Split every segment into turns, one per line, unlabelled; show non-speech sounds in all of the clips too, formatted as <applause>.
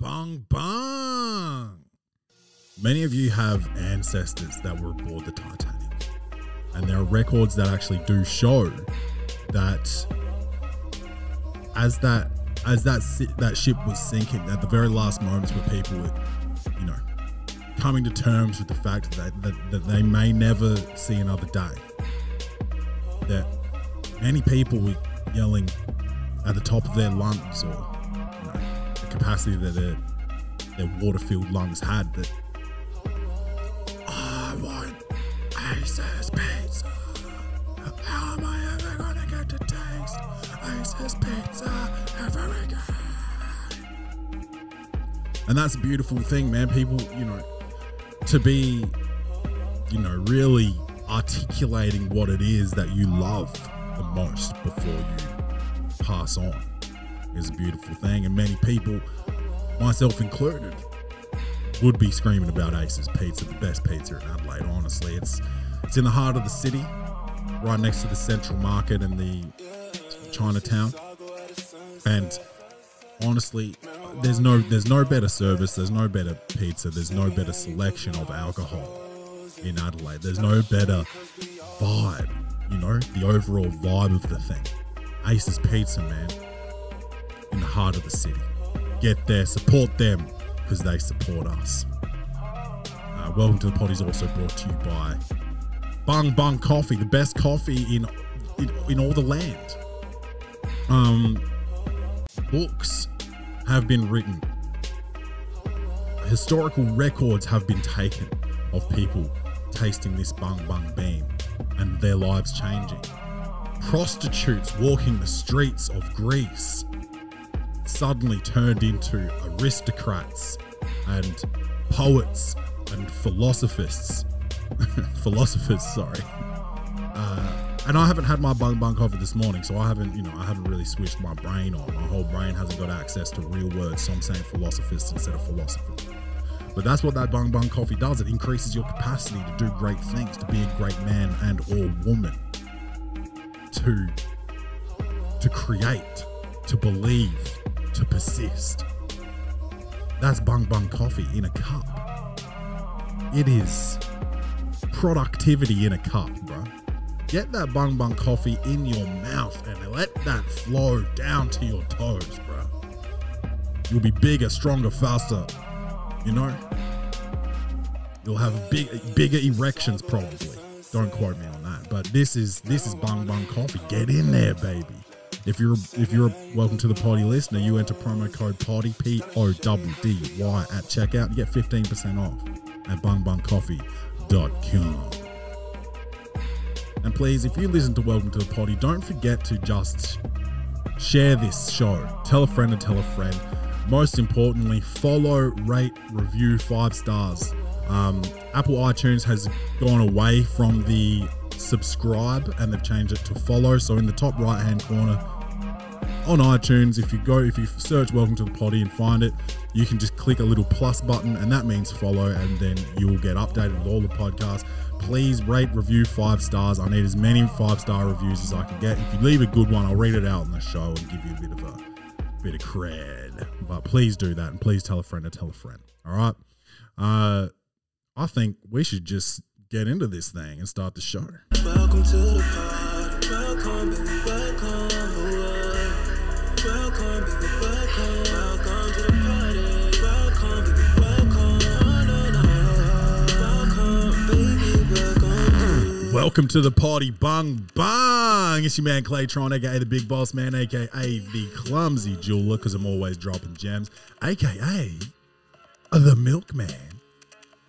Bong bong. Many of you have ancestors that were aboard the Titanic, and there are records that actually do show that as that as that si- that ship was sinking, at the very last moments where people were, you know, coming to terms with the fact that that, that they may never see another day, that many people were yelling at the top of their lungs or you know, the capacity that their, their water-filled lungs had that I want Ace's pizza. How am I ever gonna get to taste Ace's pizza ever again? And that's a beautiful thing, man. People, you know, to be, you know, really articulating what it is that you love the most before you pass on is a beautiful thing. And many people, myself included, would be screaming about Ace's Pizza, the best pizza in Adelaide. Honestly, it's it's in the heart of the city, right next to the Central Market and the Chinatown. And honestly, there's no there's no better service, there's no better pizza, there's no better selection of alcohol in Adelaide. There's no better vibe, you know, the overall vibe of the thing. Ace's Pizza, man, in the heart of the city. Get there, support them, because they support us. Uh, welcome to the pod is also brought to you by Bung Bung Coffee, the best coffee in in, in all the land. Um, books have been written. Historical records have been taken of people tasting this bung bung bean and their lives changing. Prostitutes walking the streets of Greece suddenly turned into aristocrats and poets and philosophers. <laughs> philosophers, sorry. Uh, and I haven't had my bung bung coffee this morning, so I haven't, you know, I haven't really switched my brain on. My whole brain hasn't got access to real words, so I'm saying philosophers instead of philosophers. But that's what that bung bung coffee does. It increases your capacity to do great things, to be a great man and or woman, to to create, to believe, to persist. That's bung bung coffee in a cup. It is productivity in a cup, bro. Get that bung bung coffee in your mouth and let that flow down to your toes, bro. You'll be bigger, stronger, faster. You know, you'll have big, bigger erections probably. Don't quote me on that. But this is this is bung bung coffee. Get in there, baby. If you're if you're a welcome to the party listener, you enter promo code party P O W D Y at checkout. You get fifteen percent off at bungbungcoffee.com. And please, if you listen to Welcome to the Party, don't forget to just share this show. Tell a friend and tell a friend. Most importantly, follow, rate, review five stars. Um, Apple iTunes has gone away from the subscribe and they've changed it to follow. So in the top right hand corner on iTunes, if you go, if you search Welcome to the Potty and find it, you can just click a little plus button and that means follow and then you'll get updated with all the podcasts. Please rate, review five stars. I need as many five star reviews as I can get. If you leave a good one, I'll read it out on the show and give you a bit of a bit of cred. But please do that and please tell a friend to tell a friend. All right. Uh, I think we should just get into this thing and start the show.
Welcome to the party. Welcome, baby. Welcome. oh, Welcome, baby. Welcome. Welcome to the party. Welcome, baby. Welcome. Oh, no, no, no. Welcome, baby. Welcome.
Welcome to the party, bung bung. It's your man Claytron, aka the Big Boss Man, aka the Clumsy Jeweler, because I'm always dropping gems, aka the Milkman,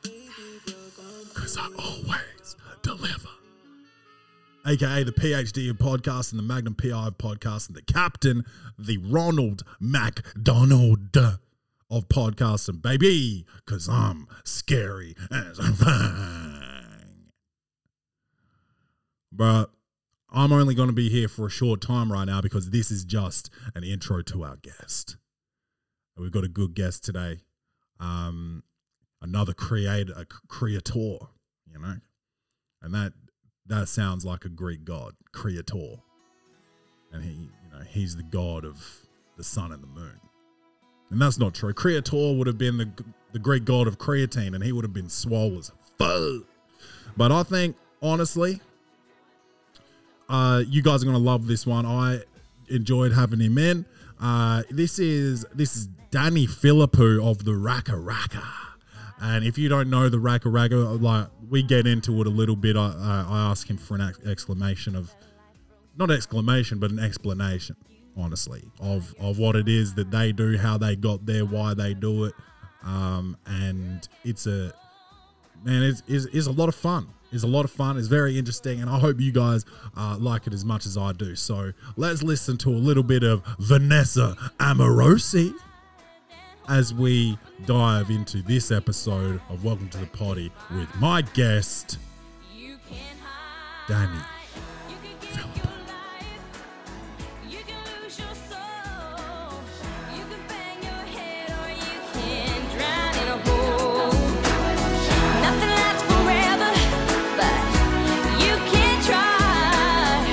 because I always deliver, aka the PhD of podcasts and the Magnum PI of podcasts and the Captain, the Ronald MacDonald of podcasts and baby, because I'm scary as a fang but I'm only going to be here for a short time right now because this is just an intro to our guest. And We've got a good guest today, um, another creator, a creator, you know, and that that sounds like a Greek god, creator, and he, you know, he's the god of the sun and the moon, And that's not true. Creator would have been the, the Greek god of creatine and he would have been swole as fuck. But I think, honestly, uh, you guys are going to love this one. I enjoyed having him in. Uh, this is this is Danny Philippou of the Raka Raka. And if you don't know the Raka Raka, like we get into it a little bit. I, uh, I ask him for an ex- exclamation of not exclamation, but an explanation, honestly, of of what it is that they do, how they got there, why they do it, um, and it's a man, it's, it's, it's a lot of fun. It's a lot of fun. It's very interesting, and I hope you guys uh, like it as much as I do. So let's listen to a little bit of Vanessa Amorosi as we dive into this episode of Welcome to the Party with my guest,
You can hide.
Danny.
You can give your life. You can lose your soul. You can bang your head or you can drown in a hole. Nothing lasts forever, but you can try.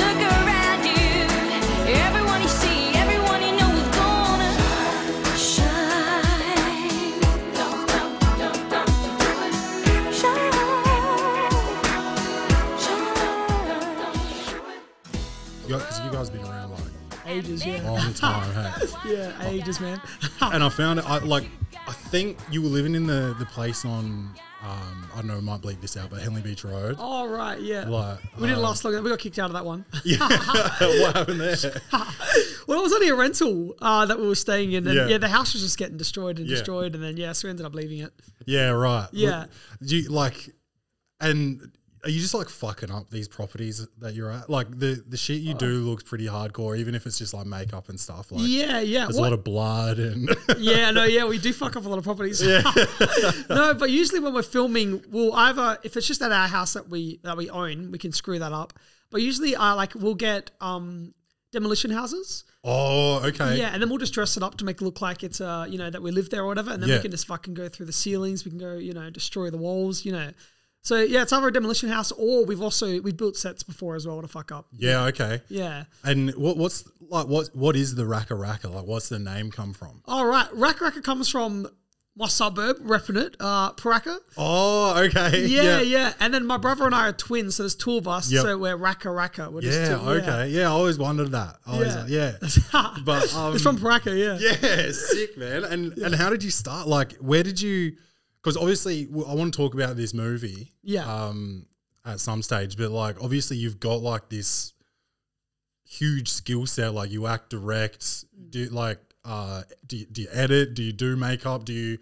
Look around you. Everyone you see, everyone you know is gonna shine. Don't, don't, don't, don't you do it. Shine.
Because you guys have been around like <laughs>
Ages,
a
yeah.
long time, hey?
Yeah, ages, man.
and I found it. I like. I think you were living in the the place on. Um, I don't know. I might bleep this out, but Henley Beach Road.
<laughs> All right, yeah.
Like,
we didn't
um,
last long. We got kicked out of that one. <laughs>
Yeah. <laughs> what happened there?
Well, it was only a rental uh, that we were staying in, and
Yeah.
yeah. the house was just getting destroyed and
Yeah.
destroyed, and then yeah, so we ended up leaving it.
Yeah. Right.
Yeah.
Do you like? And are you just like fucking up these properties that you're at? Like the the shit you do looks pretty hardcore, even if it's just like makeup and stuff. Like
yeah, yeah.
there's a
What-
lot of blood
<laughs>
and <laughs>
yeah, no, yeah, we do fuck up a lot of properties. <laughs> no, but usually when we're filming, we'll either if it's just at our house that we that we own, we can screw that up. But usually, I like we'll get um demolition houses.
oh okay
Yeah, and then we'll just dress it up to make it look like it's uh you know that we live there or whatever, and then
Yeah.
we can just fucking go through the ceilings, we can go you know destroy the walls, you know. So yeah, it's either a demolition house or we've also we've built sets before as well to fuck up.
yeah okay.
Yeah.
And what what's like what what is the Raka Raka? Like what's the name come from?
All right, Rack Racker comes from my suburb, repping it, uh,
<laughs>
Paraka.
Oh okay
Yeah, yeah, And then my brother and I are twins, so there's two of us.
Yep.
So we're Raka Raka. We're
Yeah,
two,
okay. Yeah. I always wondered that. I was like, yeah.
<laughs>
But um,
it's from Paraka, yeah.
yeah, sick man. And and how did you start? Like, where did you? Because obviously, w- I want to talk about this movie.
Yeah.
Um, at some stage, but like, obviously, you've got like this huge skill set. Like, you act, direct.
Mm.
Do like, uh, do you, do you edit? Do you do makeup? Do you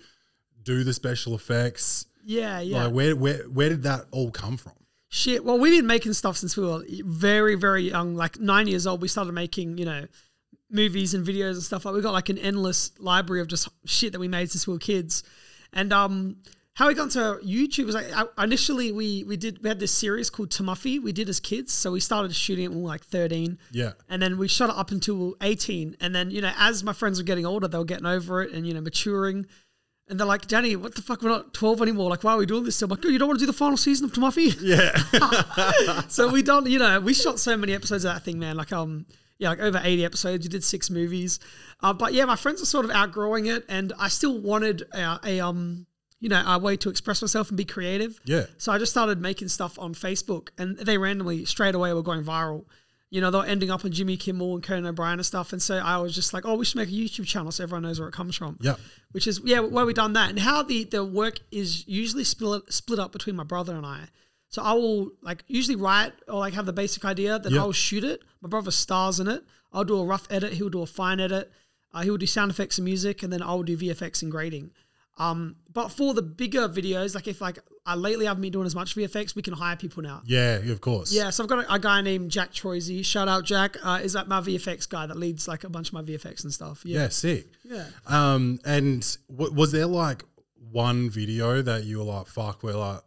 do the special effects?
Yeah, yeah.
Like, where where where did that all come from?
Shit. Well, we've been making stuff since we were very, very young, like nine years old. We started making, you know, movies and videos and stuff like. We got like an endless library of just shit that we made since we were kids, and um, how we got into YouTube was like I, initially we we did we had this series called Tamuffy we did as kids, so we started shooting it when we were like thirteen.
Yeah.
And then we shut it up until we were 18. And then, you know, as my friends were getting older, they were getting over it and, you know, maturing. And they're like, Danny, what the fuck? We're not 12 anymore. Like, why are we doing this? I'm like, oh, you don't want to do the final season of <laughs> Tamuffy?
Yeah.
so we done, you know, we shot so many episodes of that thing, man. Like, um, yeah, like over 80 episodes. We did six movies. Uh, but yeah, my friends are sort of outgrowing it. And I still wanted a, a um, you know, a way to express myself and be creative.
Yeah.
So I just started making stuff on Facebook, and they randomly straight away were going viral. You know, they were ending up on Jimmy Kimmel and Conan O'Brien and stuff. And so I was just like, oh, we should make a YouTube channel so everyone knows where it comes from.
Yeah.
Which is, yeah, where we done that. And how the, the work is usually split, split up between my brother and I. So I will like usually write or like have the basic idea, then
Yeah.
I'll shoot it. My brother stars in it. I'll do a rough edit. He'll do a fine edit. Uh, he'll do sound effects and music, and then I'll do VFX and grading. Um, but for the bigger videos, like if like I lately haven't been doing as much VFX, we can hire people now.
yeah. Of course.
Yeah, so I've got a, a guy named Jack Troisi. Shout out Jack. Uh, is that my VFX guy that leads like a bunch of my VFX and stuff? Yeah.
Yeah. Sick.
Yeah.
Um, and w- was there like one video that you were like, "Fuck, we're like,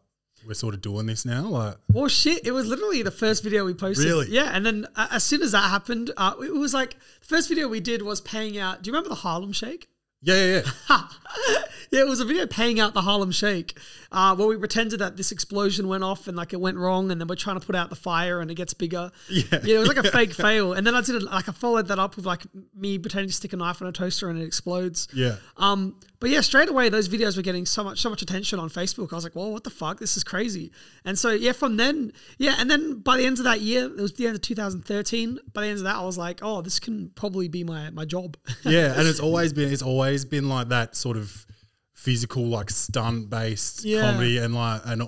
we're sort of doing this now"? Like,
Well, shit, it was literally the first video we posted.
Really?
Yeah, and then uh, as soon as that happened, uh, it was <laughs> like the first video we did was paying out. Do you remember the Harlem Shake?
yeah, yeah, yeah.
Yeah, it was a video paying out the Harlem Shake, uh, where we pretended that this explosion went off and like it went wrong, and then we're trying to put out the fire and it gets bigger. Yeah, it was like a fake fail, and then I did it like I followed that up with like me pretending to stick a knife on a toaster and it explodes.
Yeah.
Um, but yeah, straight away those videos were getting so much so much attention on Facebook. I was like, "Whoa, what the fuck? This is crazy!" And so yeah, from then yeah, and then by the end of that year, it was the end of 2013. By the end of that, I was like, "Oh, this can probably be my my job." <laughs>
yeah, and it's always been it's always been like that sort of physical, like stunt based
Yeah.
comedy and like and uh,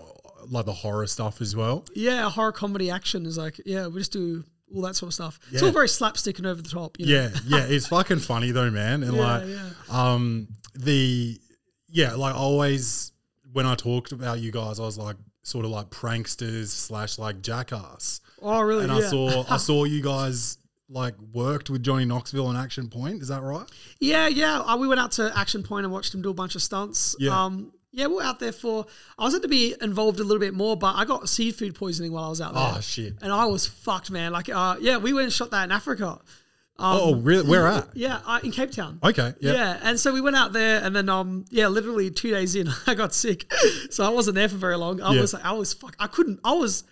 like the horror stuff as well.
yeah, horror comedy action is like yeah, we just do all that sort of stuff. It's
Yeah.
all very slapstick and over the top. You know?
Yeah, yeah,
<laughs>
it's fucking funny though, man. And like,
yeah.
um, the yeah, like always when I talked about you guys, I was like sort of like pranksters slash like jackass.
Oh really?
And
yeah.
I saw
<laughs>
I saw you guys like worked with Johnny Knoxville on Action Point. Is that right?
Yeah, yeah. Uh, we went out to Action Point and watched him do a bunch of stunts.
Yeah.
Um, yeah, we were out there for. I was had to be involved a little bit more, but I got seafood poisoning while I was out there.
Oh, shit.
And I was fucked, man. Like, uh, yeah, we went and shot that in Africa. Um,
oh, really? Where at?
Yeah, uh, in Cape Town.
Okay. Yeah.
Yeah. and so we went out there, and then um, yeah, literally two days in, <laughs> I got sick, so I wasn't there for very long. I
Yeah.
was like, I was fuck, I couldn't, I was,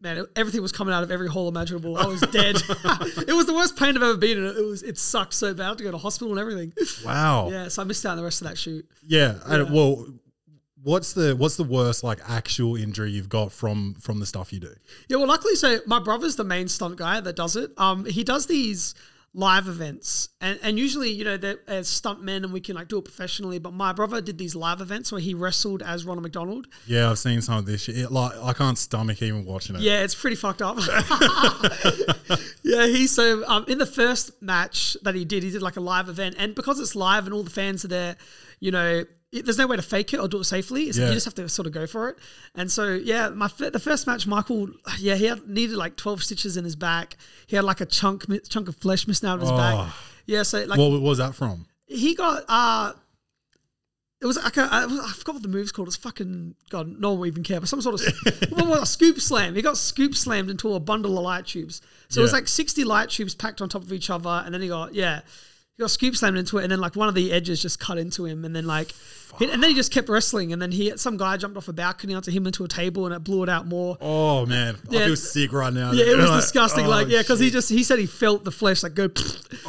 man, it- everything was coming out of every hole imaginable. I was dead. <laughs> it was the worst pain I've ever been in. It was, it sucked so bad. I had to go to hospital and everything.
Wow.
Yeah, so I missed out on the rest of that shoot.
Yeah. And, well, what's the what's the worst like actual injury you've got from from the stuff you do?
Yeah, well, luckily, so my brother's the main stunt guy that does it. Um, he does these live events, and and usually, you know, they're as stunt men, and we can like do it professionally. But my brother did these live events where he wrestled as Ronald McDonald.
Yeah, I've seen some of this shit. It, like I can't stomach even watching it.
Yeah, it's pretty fucked up. <laughs> yeah, he so um, in the first match that he did, he did like a live event, and because it's live and all the fans are there, you know. it- There's no way to fake it or do it safely. It's-
Yeah.
You just have to sort of go for it. And so, yeah, my fir- the first match, Michael, yeah, he had needed like 12 stitches in his back. He had like a chunk mi- chunk of flesh missing out of his back.
Oh.
Yeah, so like
What was that from?
he got uh it was like a, I was- I forgot what the move's called. It's fucking god. No one will even care. But some sort of what was it? scoop slam. He got scoop slammed into a bundle of light tubes. So it was
Yeah.
like sixty light tubes packed on top of each other, and then he got yeah, he got scoop slammed into it, and then like one of the edges just cut into him, and then like, he- and then he just kept wrestling, and then he some guy jumped off a balcony onto him into a table, and it blew it out more.
Oh man, I
Yeah.
feel sick right now.
Yeah, it was
Like,
disgusting.
oh,
like, yeah, because he
shit.
just he said he felt the flesh like go. <laughs>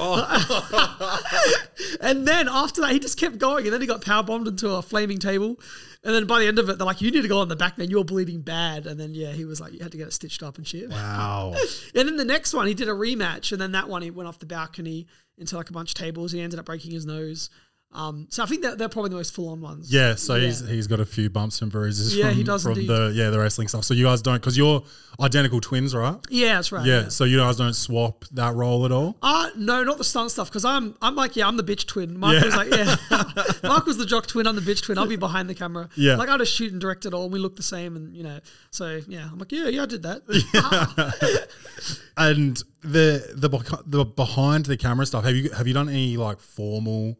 Oh.
and then after that, he just kept going, and then he got power bombed into a flaming table, and then by the end of it, they're like, "You need to go on the back, man. You're bleeding bad." And then yeah, he was like, "You had to get it stitched up and shit."
wow.
And then the next one, he did a rematch, and then that one he went off the balcony into like a bunch of tables. He ended up breaking his nose. Um, so I think that they're probably the most full on ones.
<laughs> Yeah, so he's he's got a few bumps and bruises.
Yeah,
from,
he does
from
indeed.
the yeah the wrestling stuff. So you guys don't because you're identical twins, right?
yeah, that's right.
Yeah, so you guys don't swap that role at all.
Uh no, not the stunt stuff. Because I'm, I'm like, yeah, I'm the bitch twin. Mark was like, yeah,
<laughs>
<laughs> Mark was the jock twin. I'm the bitch twin. I'll be behind the camera.
Yeah.
like I just shoot and direct it all. And we look the same, and you know, so yeah, I'm like, yeah, yeah, I did that.
<laughs> And the the beh- the behind the camera stuff. Have you have you done any like formal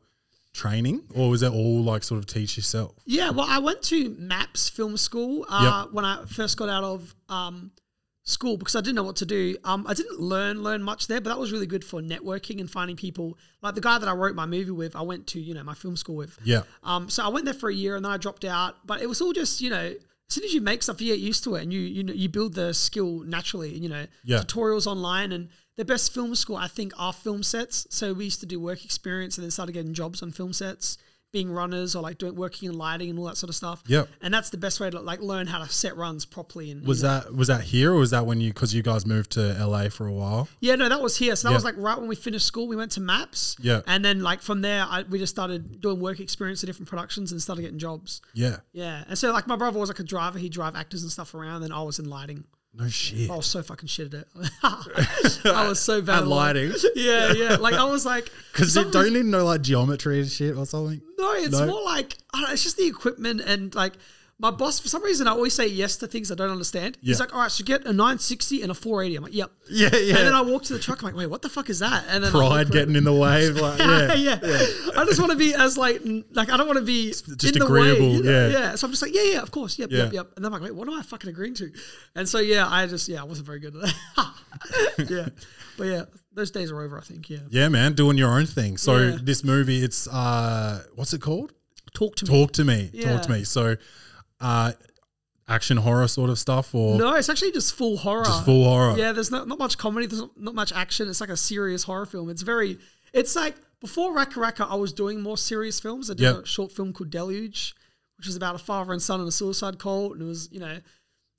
training, or was it all like sort of teach yourself?
yeah, well, I went to MAPS Film School uh,
Yep.
when I first got out of um, school because I didn't know what to do. Um, I didn't learn learn much there, but that was really good for networking and finding people. Like the guy that I wrote my movie with, I went to you know my film school with.
Yeah,
Um, so I went there for a year and then I dropped out. But it was all just, you know, as soon as you make stuff, you get used to it and you you know you build the skill naturally. You know,
Yeah.
tutorials online and the best film school I think are film sets. So we used to do work experience and then started getting jobs on film sets, being runners or like doing working in lighting and all that sort of stuff.
Yep.
And that's the best way to like learn how to set runs properly. And
was
you know.
that was that here, or was that when you because you guys moved to LA for a while?
Yeah, no, that was here. So that
Yeah.
was like right when we finished school, we went to Maps.
Yeah.
And then like from there, I, we just started doing work experience at different productions and started getting jobs.
Yeah,
Yeah, and so like my brother was like a driver; he'd drive actors and stuff around. And I was in lighting.
no shit.
I was so fucking shit at it. <laughs> I was so bad
At <laughs> lighting.
<laughs> Yeah, yeah. Like I
<laughs>
was like,
Because
for
you
some
don't need to know like geometry and shit or something.
no, it's
No.
more like I don't know, it's just the equipment and like my boss. For some reason, I always say yes to things I don't understand.
Yeah.
He's like, "All right, so get a 960 and a 480." I'm like, "Yep."
Yeah, yeah.
And then I walk to the truck. I'm like, "Wait, what the fuck is that?" And then I look
Pride
for it.
getting in the <laughs> way. of, Like, yeah.
yeah, yeah. I just want to be as like n- like I don't want to be
just
in the way,
agreeable,
you
yeah.
know? yeah. So I'm just like, yeah, yeah, of course, yep, yep,
Yeah.
yep. And then I'm like, wait, what am I fucking agreeing to? And so yeah, I just yeah, I wasn't very good at that. <laughs> yeah, but yeah, those days are over. I think yeah.
Yeah, man, doing your own thing. So
Yeah.
this movie, it's uh, what's it called?
Talk to me.
Talk to me. Talk to
Yeah.
me. So, uh, action horror sort of stuff, or
No, it's actually just full horror.
Just full horror.
Yeah, there's not, not much comedy. There's not, not much action. It's like a serious horror film. It's very. It's like before Raka Raka, I was doing more serious films. I did
Yep.
a short film called Deluge, which was about a father and son and a suicide cult, and it was you know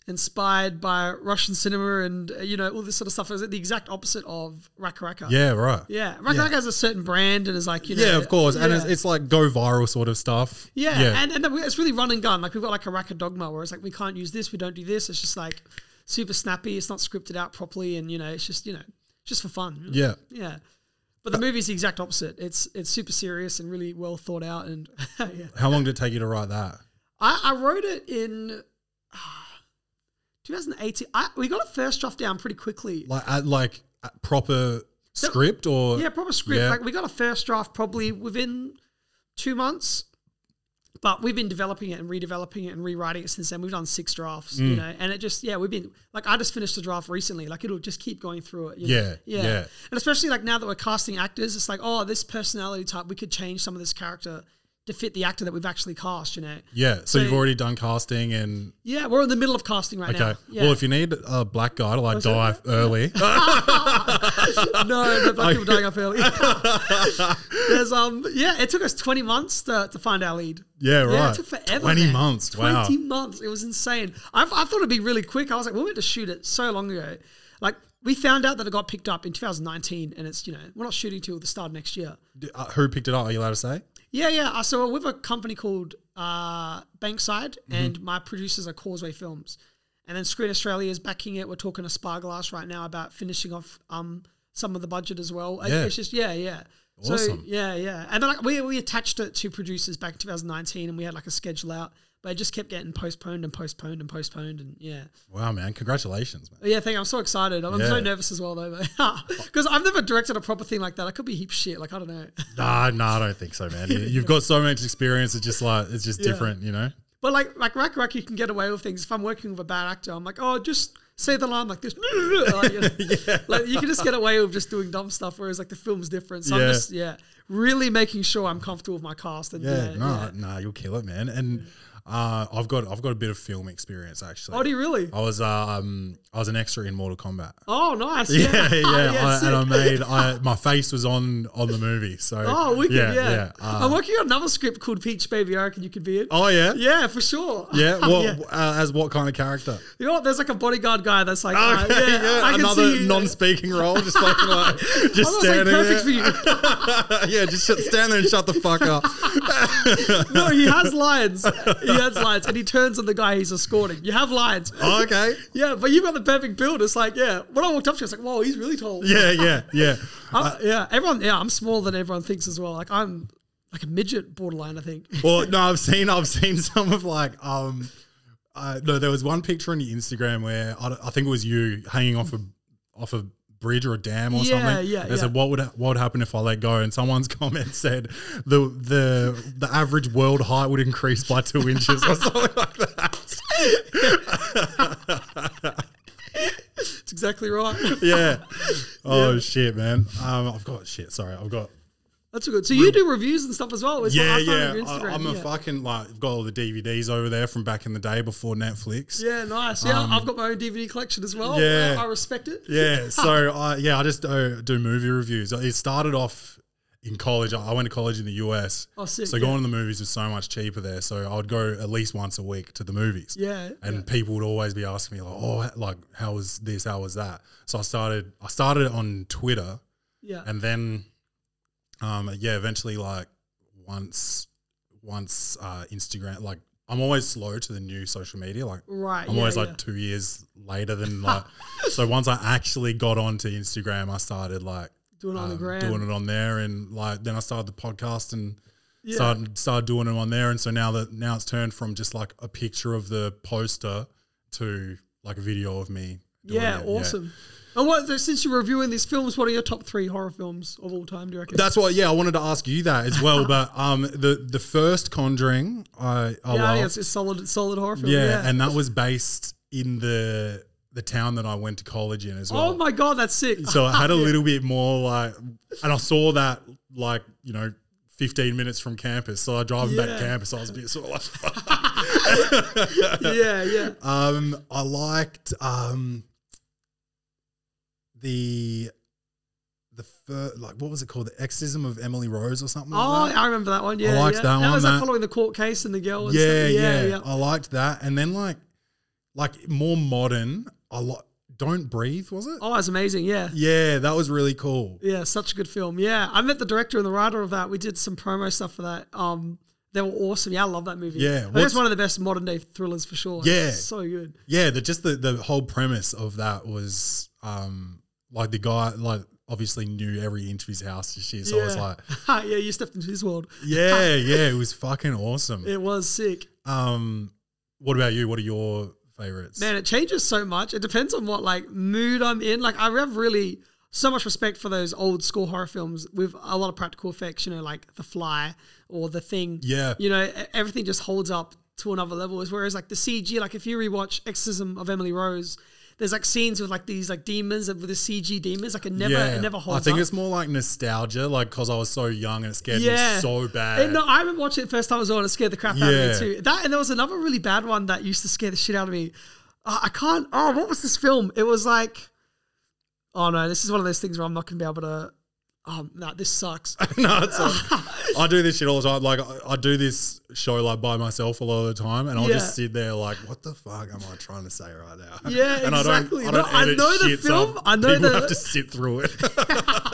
inspired by Russian cinema and uh, you know all this sort of stuff. It was the exact opposite of Raka Raka.
yeah, right,
Yeah, Raka
Yeah.
Raka has a certain brand and is like you know
yeah, of course, and
yeah.
it's, it's like go viral sort of stuff.
Yeah, and and it's really run and gun. Like we've got like a rack of dogma where it's like we can't use this, we don't do this. It's just like super snappy. It's not scripted out properly, and you know, it's just you know, just for fun. really.
yeah.
yeah. But the movie's the exact opposite. It's it's super serious and really well thought out. And <laughs> yeah.
How long did it take you to write that?
I, I wrote it in. <sighs> ah, 2018, I, we got a first draft down pretty quickly.
Like, at, like at proper script or
Yeah, proper script.
Yeah.
Like we got a first draft probably within two months, but we've been developing it and redeveloping it and rewriting it since then. We've done six drafts,
Mm.
you know, and it just yeah, we've been like I just finished a draft recently. Like it'll just keep going through it. you know?
Yeah, yeah.
And especially like now that we're casting actors, it's like oh, this personality type, we could change some of this character to fit the actor that we've actually cast. You know,
Yeah, so, you've
So-
already done casting and
yeah, we're in the middle of casting right
okay.
now. Yeah.
Well, if you need a black guy to like die early, <laughs>
no, no black people dying off early. <laughs> There's um yeah, it took us 20 months to, to find our lead.
yeah, right.
Yeah, it took forever.
Twenty
man.
months. wow.
Twenty months. It was insane. I, I thought it'd be really quick. I was like, we went to shoot it so long ago. Like we found out that it got picked up in 2019, and it's you know we're not shooting till the start of next year.
D- uh, who picked it up? Are you allowed to say?
Yeah, yeah. I So we're with a company called uh, Bankside,
Mm-hmm.
and my producers are Causeway Films, and then Screen Australia is backing it. We're talking to Spyglass right now about finishing off um some of the budget as well. It-
Yeah.
It's just yeah, yeah.
Awesome.
So yeah, yeah. And then like we we attached it to producers back in 2019, and we had like a schedule out, but it just kept getting postponed and postponed and postponed, and yeah.
Wow, man! Congratulations, man.
But yeah, thank. you. I'm so excited. I'm, I'm
Yeah.
so nervous as well though, <laughs> because I've never directed a proper thing like that. I could be heap shit. Like I don't know. <laughs>
Nah, nah, I don't think so, man. You- You've got so much experience. It's just like it's just different, you know.
But like like Rack Rack, you can get away with things. If I'm working with a bad actor, I'm like, oh, just say the line like this. <laughs> Like, you, know, like, you can just get away with just doing dumb stuff. Whereas like the film's different. So
Yeah.
I'm just yeah, really making sure I'm comfortable with my cast. And
Yeah,
yeah,
nah,
yeah.
nah, you'll kill it, man. And uh, I've got I've got a bit of film experience actually.
Oh, do you really?
I was um I was an extra in Mortal
<laughs>
Kombat.
Oh, nice.
<laughs> Yeah,
<laughs>
yeah, I,
sick.
and I made I my face was on on the movie. So
Oh, wicked. Yeah.
uh,
I'm working on another script called Peach Baby. I reckon you could be in.
oh yeah,
Yeah, for sure.
yeah.
<laughs>
What
yeah.
Uh, as what kind of
<laughs>
character?
You know what? There's like a bodyguard guy that's like, uh,
Okay,
yeah,
<laughs> yeah,
I can
another
see you.
non-speaking role,
<laughs>
just fucking like
I
just
was like,
standing
perfect for
there. <laughs>
you.
yeah, just shut, stand there and shut the fuck
<laughs>
up.
No, he has lions. He has lions, and he turns on the guy he's escorting. You have lions.
Oh. okay.
Yeah, but you've got the perfect build. It's like, yeah. When I walked up to him, it's like, whoa, he's really tall.
Yeah, yeah, yeah.
I'm- yeah. Everyone, yeah, I'm smaller than everyone thinks as well. Like I'm like a midget borderline, I think. <laughs>
Well, no, I've seen I've seen <laughs> some of like um, uh, no, there was one picture on your Instagram where I, don't- I think it was you hanging off a off a bridge or a dam or
Yeah,
something.
yeah,
They
yeah.
said what would what would happen if I let go? And someone's <laughs> comment said the the the average world height would increase by two inches or <laughs> something like that.
It's exactly right.
Yeah. Oh shit, man. Um, I've got shit. Sorry, I've got.
That's all good. So you do reviews and stuff as well. It's
Yeah,
like, I found
yeah.
on your
I,
Instagram.
I'm a
yeah.
fucking like. I've got all the DVDs over there from back in the day before Netflix.
Yeah, nice. Yeah, I've got my own DVD collection as well.
Um, Yeah.
I, I respect it. <laughs>
Yeah. So I yeah, I just do, do movie reviews. It started off in college. I I went to college in the US.
Oh, sick,
so
yeah.
going to the movies was so much cheaper there. So I would go at least once a week to the movies.
Yeah,
And people would always be asking me like, oh, like how was this? How was that? So I started. I started on Twitter,
Yeah.
and then, um, yeah, eventually like once, once uh, Instagram like. I'm always slow to the new social media. Like,
Right,
I'm
Uh, yeah,
always like
yeah.
two years later
<laughs>
than like. so once I actually got onto Instagram, I started like
Doing it on the gram.
um, doing it on there, and like then I started the podcast and
Yeah.
started started doing it on there. And so now that now it's turned from just like a picture of the poster to like a video of me. doing
yeah,
it,
awesome. And what so since you're reviewing these films, what are your top three horror films of all time? Do you reckon?
That's why, yeah, I wanted to ask you that as
<laughs>
well. but um, the the first Conjuring, I I
yeah, I think
loved.
it's, it's solid, solid horror film.
yeah,
yeah.
and that was based in the the town that I went to college in as well.
Oh my god, that's sick.
So I had a little bit more like, and I saw that like you know 15 minutes from campus. So I drive back
Yeah.
to campus. I was a bit <laughs> sort of like, fuck.
<laughs> <laughs>
<laughs>
yeah, yeah.
Um, I liked um, the the fir- like what was it called? The exorcism of Emily Rose or something.
Oh,
like that?
I remember that one. Yeah,
liked
yeah.
that one,
was
that-
like following the court case and the girl. And
yeah,
stuff.
yeah, I liked that, and then like like more modern. I like don't breathe. Was it?
Oh, that's amazing. Yeah. yeah,
Yeah, that was really cool.
such a good film. Yeah, I met the director and the writer of that. We did some promo stuff for that. Um, they were awesome. Yeah, I love that movie.
Yeah,
I think
what's-
it's one of the best modern day thrillers for sure.
Yeah.
It's so good. <laughs>
Yeah, the just the the whole premise of that was um like the guy like obviously knew every inch of his house and shit. So I was
Yeah. <laughs>
like,
yeah, you stepped into his world.
yeah, yeah, it was fucking awesome.
It was sick.
Um, what about you? What are your favorites?
Man, it changes so much. It depends on what like mood I'm in. Like I have really so much respect for those old school horror films with a lot of practical effects. You know, like The Fly or The Thing.
Yeah.
You know, e- everything just holds up to another level. Whereas like the CG, like if you rewatch Exorcism of Emily Rose, there's like scenes with like these like demons and with the CG demons. Like it never, it never holds.
I think
up.
it's more like nostalgia, like because I was so young and it scared me
Yeah.
so bad.
And no, I remember watching it first time I was on. It scared the crap out
Uh, Yeah.
of me too. That and there was another really bad one that used to scare the shit out of me. Uh, I can't. Oh, what was this film? It was like, oh no, this is one of those things where I'm not gonna be able to. Um, no, this
<laughs>
sucks.
No, it's like- I do this shit all the time. Like I, I do this show like by myself a lot of the time, and I'll just
Yeah.
sit there like, what the fuck am I trying to say right now?
Yeah,
<laughs> and
exactly.
I
No,
don't. I, don't
I
edit
know the
shit, so
film, I know
people
the-
have to sit through it. <laughs>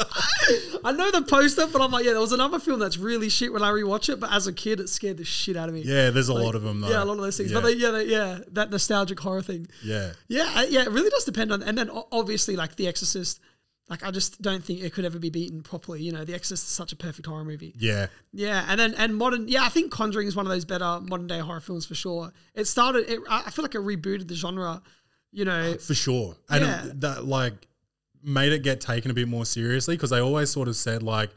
I know the poster, but I'm like, yeah, there was another film that's really shit when I rewatch it. But as a kid, it scared the shit out of me.
yeah, there's a lot of them though.
Yeah, a lot of those things.
Yeah,
But they, yeah, they, yeah, that nostalgic horror thing.
yeah.
Yeah, I- yeah, it really does depend on. And then o- obviously, like The Exorcist, like I just don't think it could ever be beaten properly. You know, The Exorcist is such a perfect horror movie.
yeah.
Yeah, and then and modern. Yeah, I think Conjuring is one of those better modern day horror films for sure. It started. It, I I feel like it rebooted the genre. You know,
for sure. And
Yeah.
it- that like made it get taken a bit more seriously because they always sort of said like,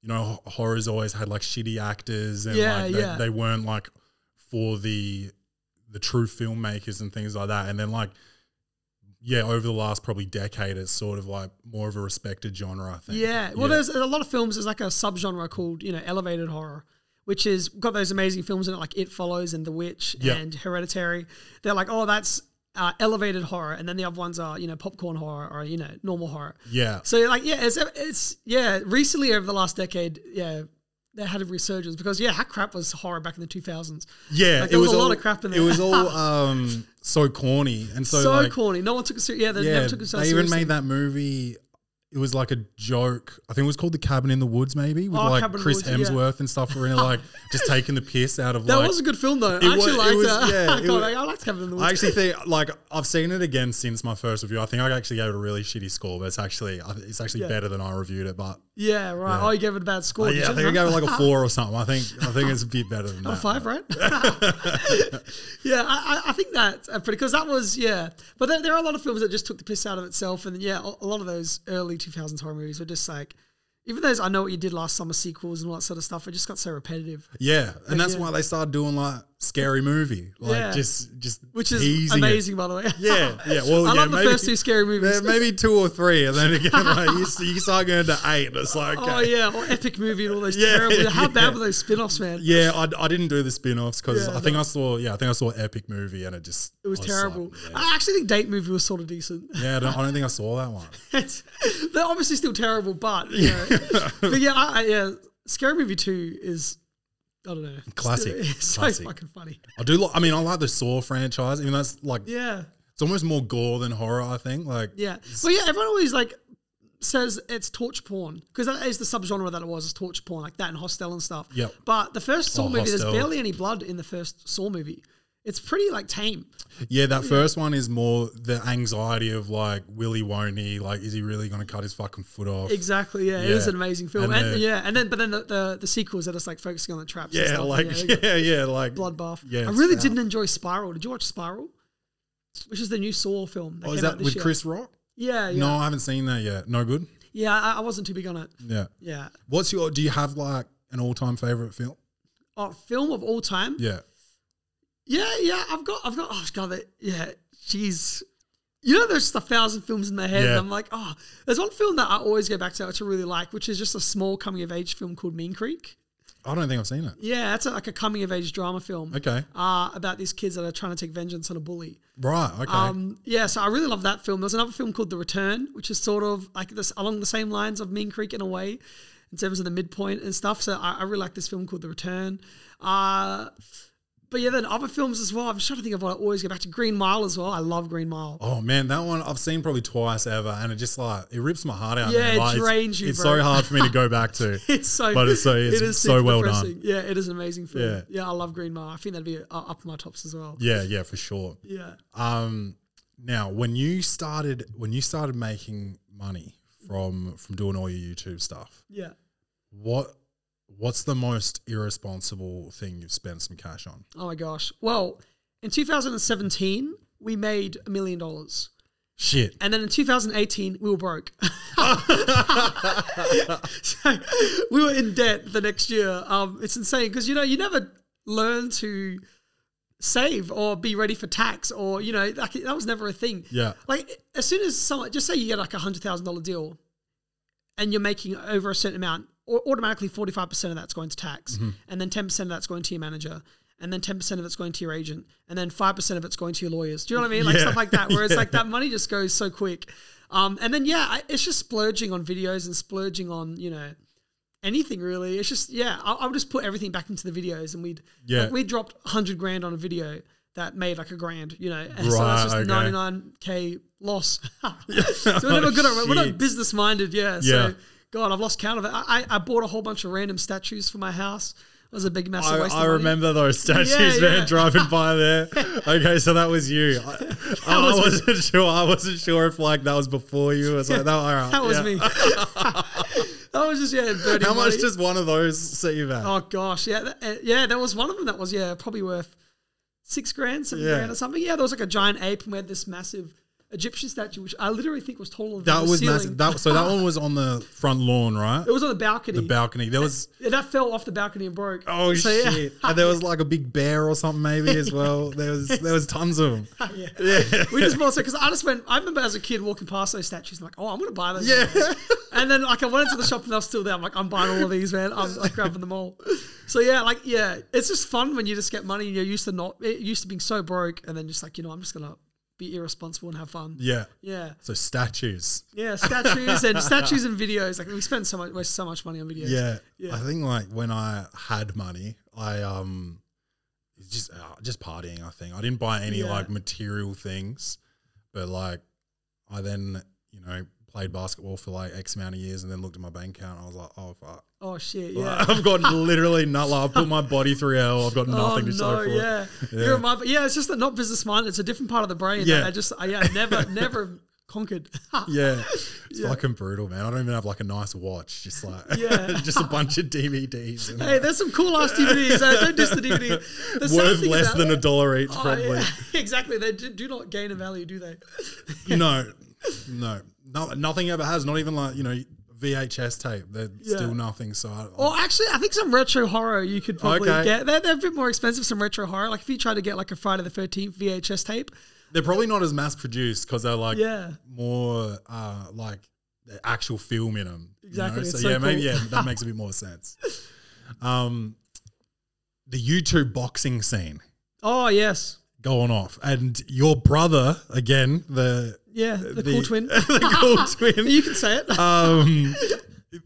you know, h- horror's always had like shitty actors and
Yeah,
like they,
yeah.
they weren't like for the the true filmmakers and things like that. And then like yeah, over the last probably decade, it's sort of like more of a respected genre, I think.
Yeah. Well, there's a lot of films. There's like a subgenre called, you know, elevated horror, which is got those amazing films in it, like It Follows and The Witch
Yeah.
and Hereditary. They're like, oh, that's uh, elevated horror, and then the other ones are, you know, popcorn horror or you know, normal horror.
yeah.
So like, yeah, it's, it's yeah. Recently, over the last decade, yeah. They had a resurgence because yeah, how crap was horror back in the two thousands?
Yeah,
Like, there was a lot of crap in there.
It was
<laughs>
all um, so corny and so
So,
like,
corny. No one took it serious. Yeah, they
yeah,
never took it so
they even
seriously.
made that movie. It was like a joke. I think it was called The Cabin in the Woods, maybe with
Oh,
like
Cabin in the
Chris
Woods, yeah.
Hemsworth and stuff. Were in it, like just taking the piss out of
that
like.
was a good film though.
It
I actually
wa- it
liked
was-
that. <laughs>
yeah, it
God,
wa-
I- I liked Cabin in the Woods.
I actually think like I've seen it again since my first review. I think I actually gave it a really shitty score, but it's actually I- it's actually
Yeah.
better than I reviewed it. But
yeah, right.
Yeah.
Oh, you gave it a bad score.
but
did Oh,
yeah, I
you?
think I
Huh?
gave it
<laughs>
like a four or something. I think I think it's a bit better than that.
Out of
<laughs>
five, right? yeah, I, I- I think that's uh, pretty because that was yeah. But there, there are a lot of films that just took the piss out of itself, and yeah, a, a lot of those early two thousands horror movies were just like, even those I know what you did last summer sequels and all that sort of stuff. It just got so repetitive,
Yeah, and that's
yeah.
why they started doing like scary movie, like
Yeah.
just just
which is
teasing it.
amazing, by the way. <laughs>
Yeah, yeah. Well,
I
yeah,
love the
maybe-
first two scary
Yeah,
movies.
maybe two or three, and then
<laughs>
again, like, you, s- you start going to eight, and it's like, okay.
Oh yeah, or epic movie and all
<laughs>
those
Yeah,
terrible. How
yeah.
bad were those spin-offs, man?
Yeah, I, I didn't do the spin offs because
Yeah,
I think
no.
I saw, yeah, I think I saw Epic Movie, and it just
It was
I
terrible.
like, yeah,
I actually think Date Movie was sort of decent. <laughs>
Yeah, I don't, I don't think I saw that one.
It's- they're obviously still terrible, but you know. but yeah, I, I, yeah, Scary Movie Two is I don't know
Classic.
<laughs> It's so
Classic.
fucking funny.
I do. Lo- I mean, I like the Saw franchise. I mean, that's like
Yeah,
it's almost more gore than horror. I think. Like,
yeah. Well, yeah, everyone always like says it's torch porn because that is the subgenre that it was is torch porn, like that and Hostel and stuff.
Yep.
But the first Saw
Oh,
movie,
Hostel.
there's barely any blood in the first Saw movie. It's pretty like tame.
yeah, that first one is more the anxiety of like Willy won't he? Like, is he really going to cut his fucking foot off?
Exactly. Yeah, it is
Yeah.
an amazing film.
And
And,
the-
yeah, and then but then the, the the sequels are just like focusing on the traps. and
Yeah,
stuff.
like
they
yeah, <laughs>
got-
yeah, like
Bloodbath.
Yeah,
I
it's
really
foul.
didn't enjoy Spiral. Did you watch Spiral? Which is the new Saw film.
Oh,
came
is
out
that
this
with
year.
Chris Rock?
Yeah, yeah.
No, I haven't seen that yet. No good.
Yeah, I, I wasn't too big on it.
Yeah.
Yeah.
What's your? Do you have like an all-time favorite film?
Oh, film of all time?
Yeah.
Yeah, yeah. I've got, I've got, oh, God, that, yeah. Jeez. You know, there's just a thousand films in my head,
Yeah.
and I'm like, oh, there's one film that I always go back to, which I really like, which is just a small coming of age film called Mean Creek.
I don't think I've seen it.
Yeah, that's a, like a coming of age drama film.
Okay.
Uh, about these kids that are trying to take vengeance on a bully.
Right. Okay.
Um, yeah, so I really love that film. There's another film called The Return, which is sort of like this along the same lines of Mean Creek in a way, in terms of the midpoint and stuff. So I, I really like this film called The Return. Uh, but yeah, then other films as well. I'm just trying to think of what I always go back to. Green Mile as well. I love Green Mile.
oh man, that one I've seen probably twice ever, and it just like it rips my heart out.
Yeah,
man.
it
Like, it's-
drains you,
It's
bro.
so hard for me to go back to.
<laughs> <laughs> It's so,
But it's so- it's so
super
well
depressing. Yeah, it is an amazing film.
Yeah.
Yeah, I love Green Mile. I think that'd be uh, up my tops as well.
yeah, yeah, for sure.
Yeah.
Um, now when you started when you started making money from from doing all your YouTube stuff,
Yeah.
what what's the most irresponsible thing you've spent some cash on?
Oh my gosh. Well, in 2017, we made a million dollars.
Shit.
And then in 2018, we were broke. <laughs> so we were in debt the next year. Um, it's insane because you know you never learn to save or be ready for tax or you know like that was never a thing.
Yeah.
Like as soon as someone just say you get like a hundred thousand dollar deal, and you're making over a certain amount, au- automatically 45% of that's going to tax,
Mm-hmm.
and then 10% of that's going to your manager, and then 10% of it's going to your agent, and then 5% of it's going to your lawyers. Do you know what I mean? Like
<laughs> Yeah.
stuff like that, where it's like that money just goes so quick. Um, and then, yeah, I, it's just splurging on videos and splurging on, you know, anything really. It's just, yeah, I, I would just put everything back into the videos, and we'd,
Yeah.
like, we dropped 100 grand on a video. That made like a grand, you know, <laughs> and so that's
Right,
just
okay.
99k
<laughs>
loss. <laughs> so we're never good at we're
Shit.
not business minded,
Yeah.
yeah. So God, I've lost count of it. I, I I bought a whole bunch of random statues for my house. It was a big massive
I,
waste.
I
of money.
remember those statues,
Yeah,
man,
yeah.
driving by
<laughs>
there. Okay, so that was you. I, I
was me.
wasn't sure. I wasn't sure if like that was before you. It was like that. All right,
<laughs> that was
yeah.
me. <laughs> that was just yeah. Dirty
How much
money.
does one of those set you back?
Oh gosh, yeah, that, uh, yeah. There was one of them that was yeah probably worth six grand, seven
Yeah.
grand or something. Yeah, there was like a giant ape and we had this massive Egyptian statue, which I literally think was taller than
that
the
was
ceiling.
massive. That, so
<laughs>
that one was on the front lawn, right?
it was on the balcony.
The balcony. There
<laughs>
was
Yeah, that fell off the balcony and broke.
oh
So, yeah.
shit, and there
<laughs>
was like a big bear or something maybe as well. There was there was tons of them.
<laughs> yeah.
<laughs>
We just bought because I just went. I remember as a kid walking past those statues, and like, oh, I'm gonna buy those.
Yeah. <laughs>
And then like I went into the shop and they were still there. I'm like, I'm buying all of these, man. I'm like grabbing them all. So yeah, like yeah, it's just fun when you just get money. and You're used to not, it used to being so broke, and then just like you know, I'm just gonna be irresponsible and have fun.
Yeah.
Yeah,
So statues.
yeah, statues and statues and videos. Like we spend so much, waste so much money on videos.
Yeah.
Yeah.
I think like when I had money, I um it's just uh, just partying. I think I didn't buy any
Yeah.
like material things, but like I then you know played basketball for like X amount of years, and then looked at my bank account. and I was like, oh fuck,
Oh shit,
<laughs> Like,
yeah.
I've got literally not like I put my body through hell. I've got nothing
<laughs> oh,
to
no,
show for it.
yeah.
Yeah.
You're a mother- yeah, it's just that not business minded. It's a different part of the brain
Yeah.
that I just, I, yeah, I
<laughs>
never, never conquered. <laughs>
Yeah, it's fucking brutal, man. I don't even have like a nice watch, just like <laughs>
Yeah.
just a bunch of DVDs. And,
<laughs> hey, there's some cool ass DVDs. Uh, don't diss
<laughs>
the DVD. The sad
worth
thing
less
about-
than a dollar each,
Oh,
probably.
yeah, <laughs> exactly. They do, do not gain a value, do they? <laughs>
no, no, no, nothing ever has. Not even like you know VHS tape. They're
Yeah.
still nothing. So I,
Or actually, I think some retro horror you could probably
Okay.
get. They're, they're a bit more expensive, some retro horror. Like if you try to get like a Friday the 13th VHS tape.
they're probably not as mass produced because they're like
Yeah.
more uh, like the actual film in them.
Exactly,
So,
it's so
yeah, maybe
cool.
yeah, that makes a bit more
<laughs>
sense. Um, the YouTube boxing scene
Oh, yes.
going off, and your brother again, the <laughs>
Yeah, the, cool twin.
the
<laughs>
cool twin.
you can say it.
um,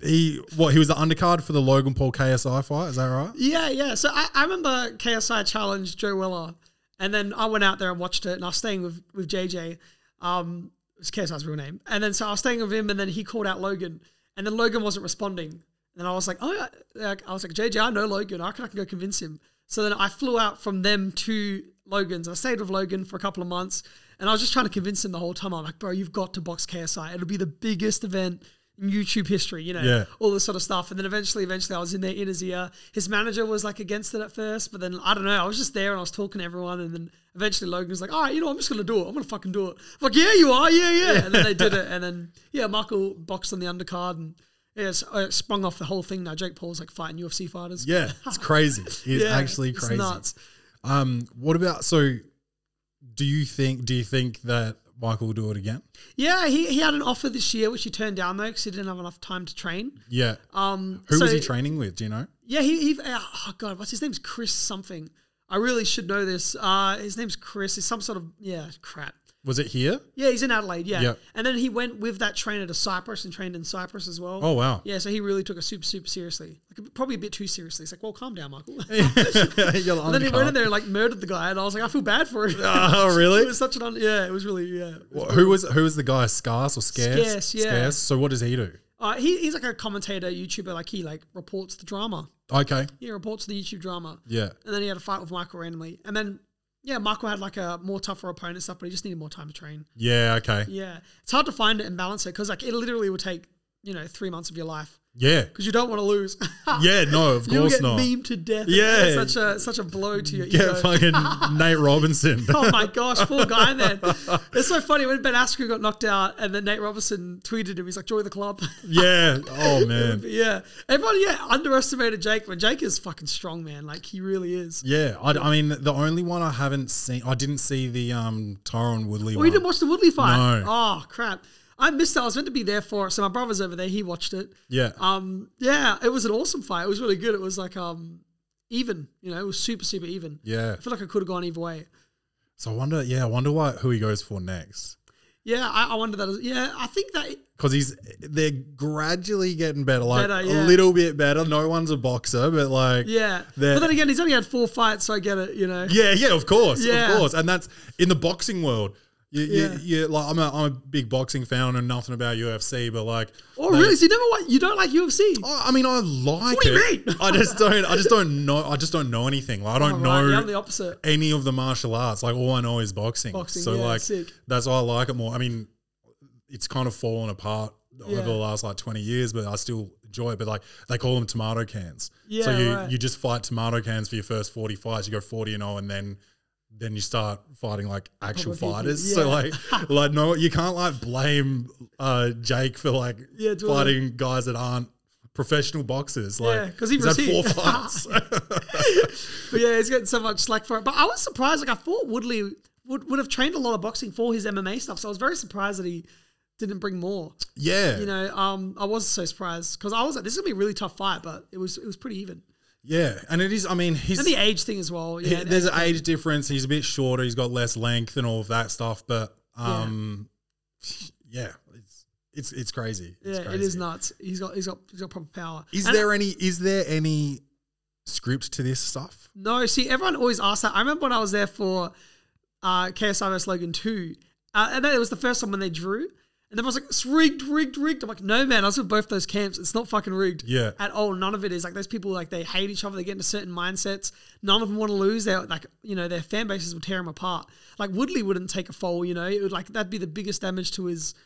he what? He was the undercard for the Logan Paul KSI fight. Is that right?
Yeah, yeah. So I, I remember KSI challenged Joe Weller, and then I went out there and watched it, and I was staying with with JJ. Um, it's KSI's real name, and then so I was staying with him, and then he called out Logan, and then Logan wasn't responding, and I was like, oh, yeah. like, I was like JJ, I know Logan, I can I can go convince him. So then I flew out from them to Logan's. I stayed with Logan for a couple of months, and I was just trying to convince him the whole time. I'm like, bro, you've got to box KSI. It'll be the biggest event. in YouTube history, you know,
Yeah.
all this sort of stuff. And then eventually, eventually, I was in there in his ear. His manager was like against it at first, but then I don't know. I was just there and I was talking to everyone, and then eventually Logan was like, "All right, you know, I'm just gonna do it. I'm gonna fucking do it." I'm like, yeah, you are, yeah, yeah. And then they did it, and then yeah, Michael boxed on the undercard and. Yeah, it's, uh, it sprung off the whole thing. Now Jake Paul's like fighting UFC fighters.
Yeah, it's
<laughs>
crazy. It's
Yeah,
actually
it's
crazy.
nuts.
Um, what about so? Do you think? Do you think that Michael will do it again?
Yeah, he, he had an offer this year, which he turned down though because he didn't have enough time to train.
Yeah.
Um,
Who was
so-
he training with? Do you know?
Yeah, he, he uh, oh god, what's his name's Chris something. I really should know this. Uh, his name's Chris. He's some sort of yeah crap.
Was it
<laughs>
here?
Yeah, he's in Adelaide. Yeah.
Yeah.
and then he went with that trainer to Cyprus and trained in Cyprus as well.
Oh, wow.
Yeah, so he really took it super super seriously, like probably a bit too seriously. He's like, well, calm
<laughs>
down, Michael.
You're
<laughs> And then he went in
undercut.
there and like murdered the guy, and I was like, I feel bad for
<laughs>
him.
Oh, really?
<laughs> it was such an un- yeah. It was really yeah. It was-
Wh- Who was who was the guy? Scarce or scarce?
Scarce, yeah.
Scarce. So what does he do?
Uh, he, he's like a commentator, YouTuber. Like he like reports the drama.
Okay.
He reports the YouTube drama.
Yeah.
And then he had a fight with Michael randomly. And then, yeah, Michael had like a more tougher opponent and stuff, but he just needed more time to train.
Yeah. Okay.
Yeah. It's hard to find it and balance it because, like, it literally will take, you know, three months of your life
Yeah.
because you don't want to lose. <laughs>
Yeah. No, of
You'll
course
get
not.
memed to death.
Yeah.
It's such a, such a blow to your ego.
Get fucking Nate Robinson.
<laughs>
<laughs>
Oh my gosh, poor guy, man. It's so funny when Ben Askren got knocked out, and then Nate Robinson tweeted him. He's like, "Join the club." <laughs>
yeah. Oh man.
But yeah, everyone yeah underestimated Jake, but Jake is fucking strong, man. Like he really is.
Yeah, I, I mean the only one I haven't seen, I didn't see the um Tyron Woodley
Oh,
one.
you didn't watch the Woodley fight?
No.
Oh crap! I missed that. I was meant to be there for it. So my brother's over there. He watched it.
yeah,
Um, yeah, it was an awesome fight. It was really good. It was like um, even. You know, it was super super even.
yeah.
I feel like I could have gone either way.
So I wonder, yeah, I wonder why who he goes for next
Yeah, I, I wonder that. as- Yeah, I think that.
because he's they're gradually getting better, like
Better, yeah.
a little bit better. No one's a boxer, but like
Yeah,
That-
but then again, he's only had four fights, so I get it. You know.
Yeah, yeah, of course,
Yeah.
of course, and that's in the boxing world. You,
Yeah.
you, you, like I'm a, I'm a big boxing fan and nothing about UFC, but like,
Oh
they-
really? So you never want you don't like UFC?
Oh, I mean, I like
What do you
it.
mean?
I just don't. I
<laughs>
just don't know. I just don't know anything. Like, I
Oh,
don't
right,
know.
yeah, I'm the opposite.
any of the martial arts. Like all I know is boxing.
Boxing,
so
yeah,
like
sick.
that's why I like it more. I mean, it's kind of fallen apart
Yeah.
over the last like twenty years, but I still enjoy it. But like they call them tomato cans. so
Yeah,
you
right.
you just fight tomato cans for your first forty fights. You go forty and zero, and then. Then you start fighting like actual
Proper people,
fighters. So
yeah.
like, like no, you can't like blame uh, Jake for like
Yeah, doing-
fighting guys that aren't professional boxers. Like,
Yeah, 'cause he
he's had
received-
four
<laughs>
fights. <laughs>
But yeah, he's getting so much slack for it. But I was surprised. Like I thought Woodley would, would have trained a lot of boxing for his MMA stuff. So I was very surprised that he didn't bring more.
yeah,
You know, um, I was so surprised because I was like, this is gonna be a really tough fight, but it was it was pretty even.
yeah, and it is. I mean, he's
And the age thing as well.
He-
Yeah,
<laughs>
and-
there's an age difference. He's a bit shorter. He's got less length and all of that stuff. But um, yeah, it's it's it's crazy. It's
yeah, it
crazy.
is nuts. He's got he's got he's got proper power.
Is
And-
there any is there any script to this stuff?
No, see, everyone always asks that. I remember when I was there for uh, KSI vs. Logan 2, uh, and then it was the first time when they drew. And everyone's like, it's rigged, rigged, rigged. I'm like, no, man, I was with both those camps. It's not fucking rigged.
Yeah.
At all. None of it is. Like, those people, like, they hate each other. They get into certain mindsets. None of them want to lose. They're, like, you know, their fan bases will tear them apart. Like, Woodley wouldn't take a fall, you know? It would, like, that'd be the biggest damage to his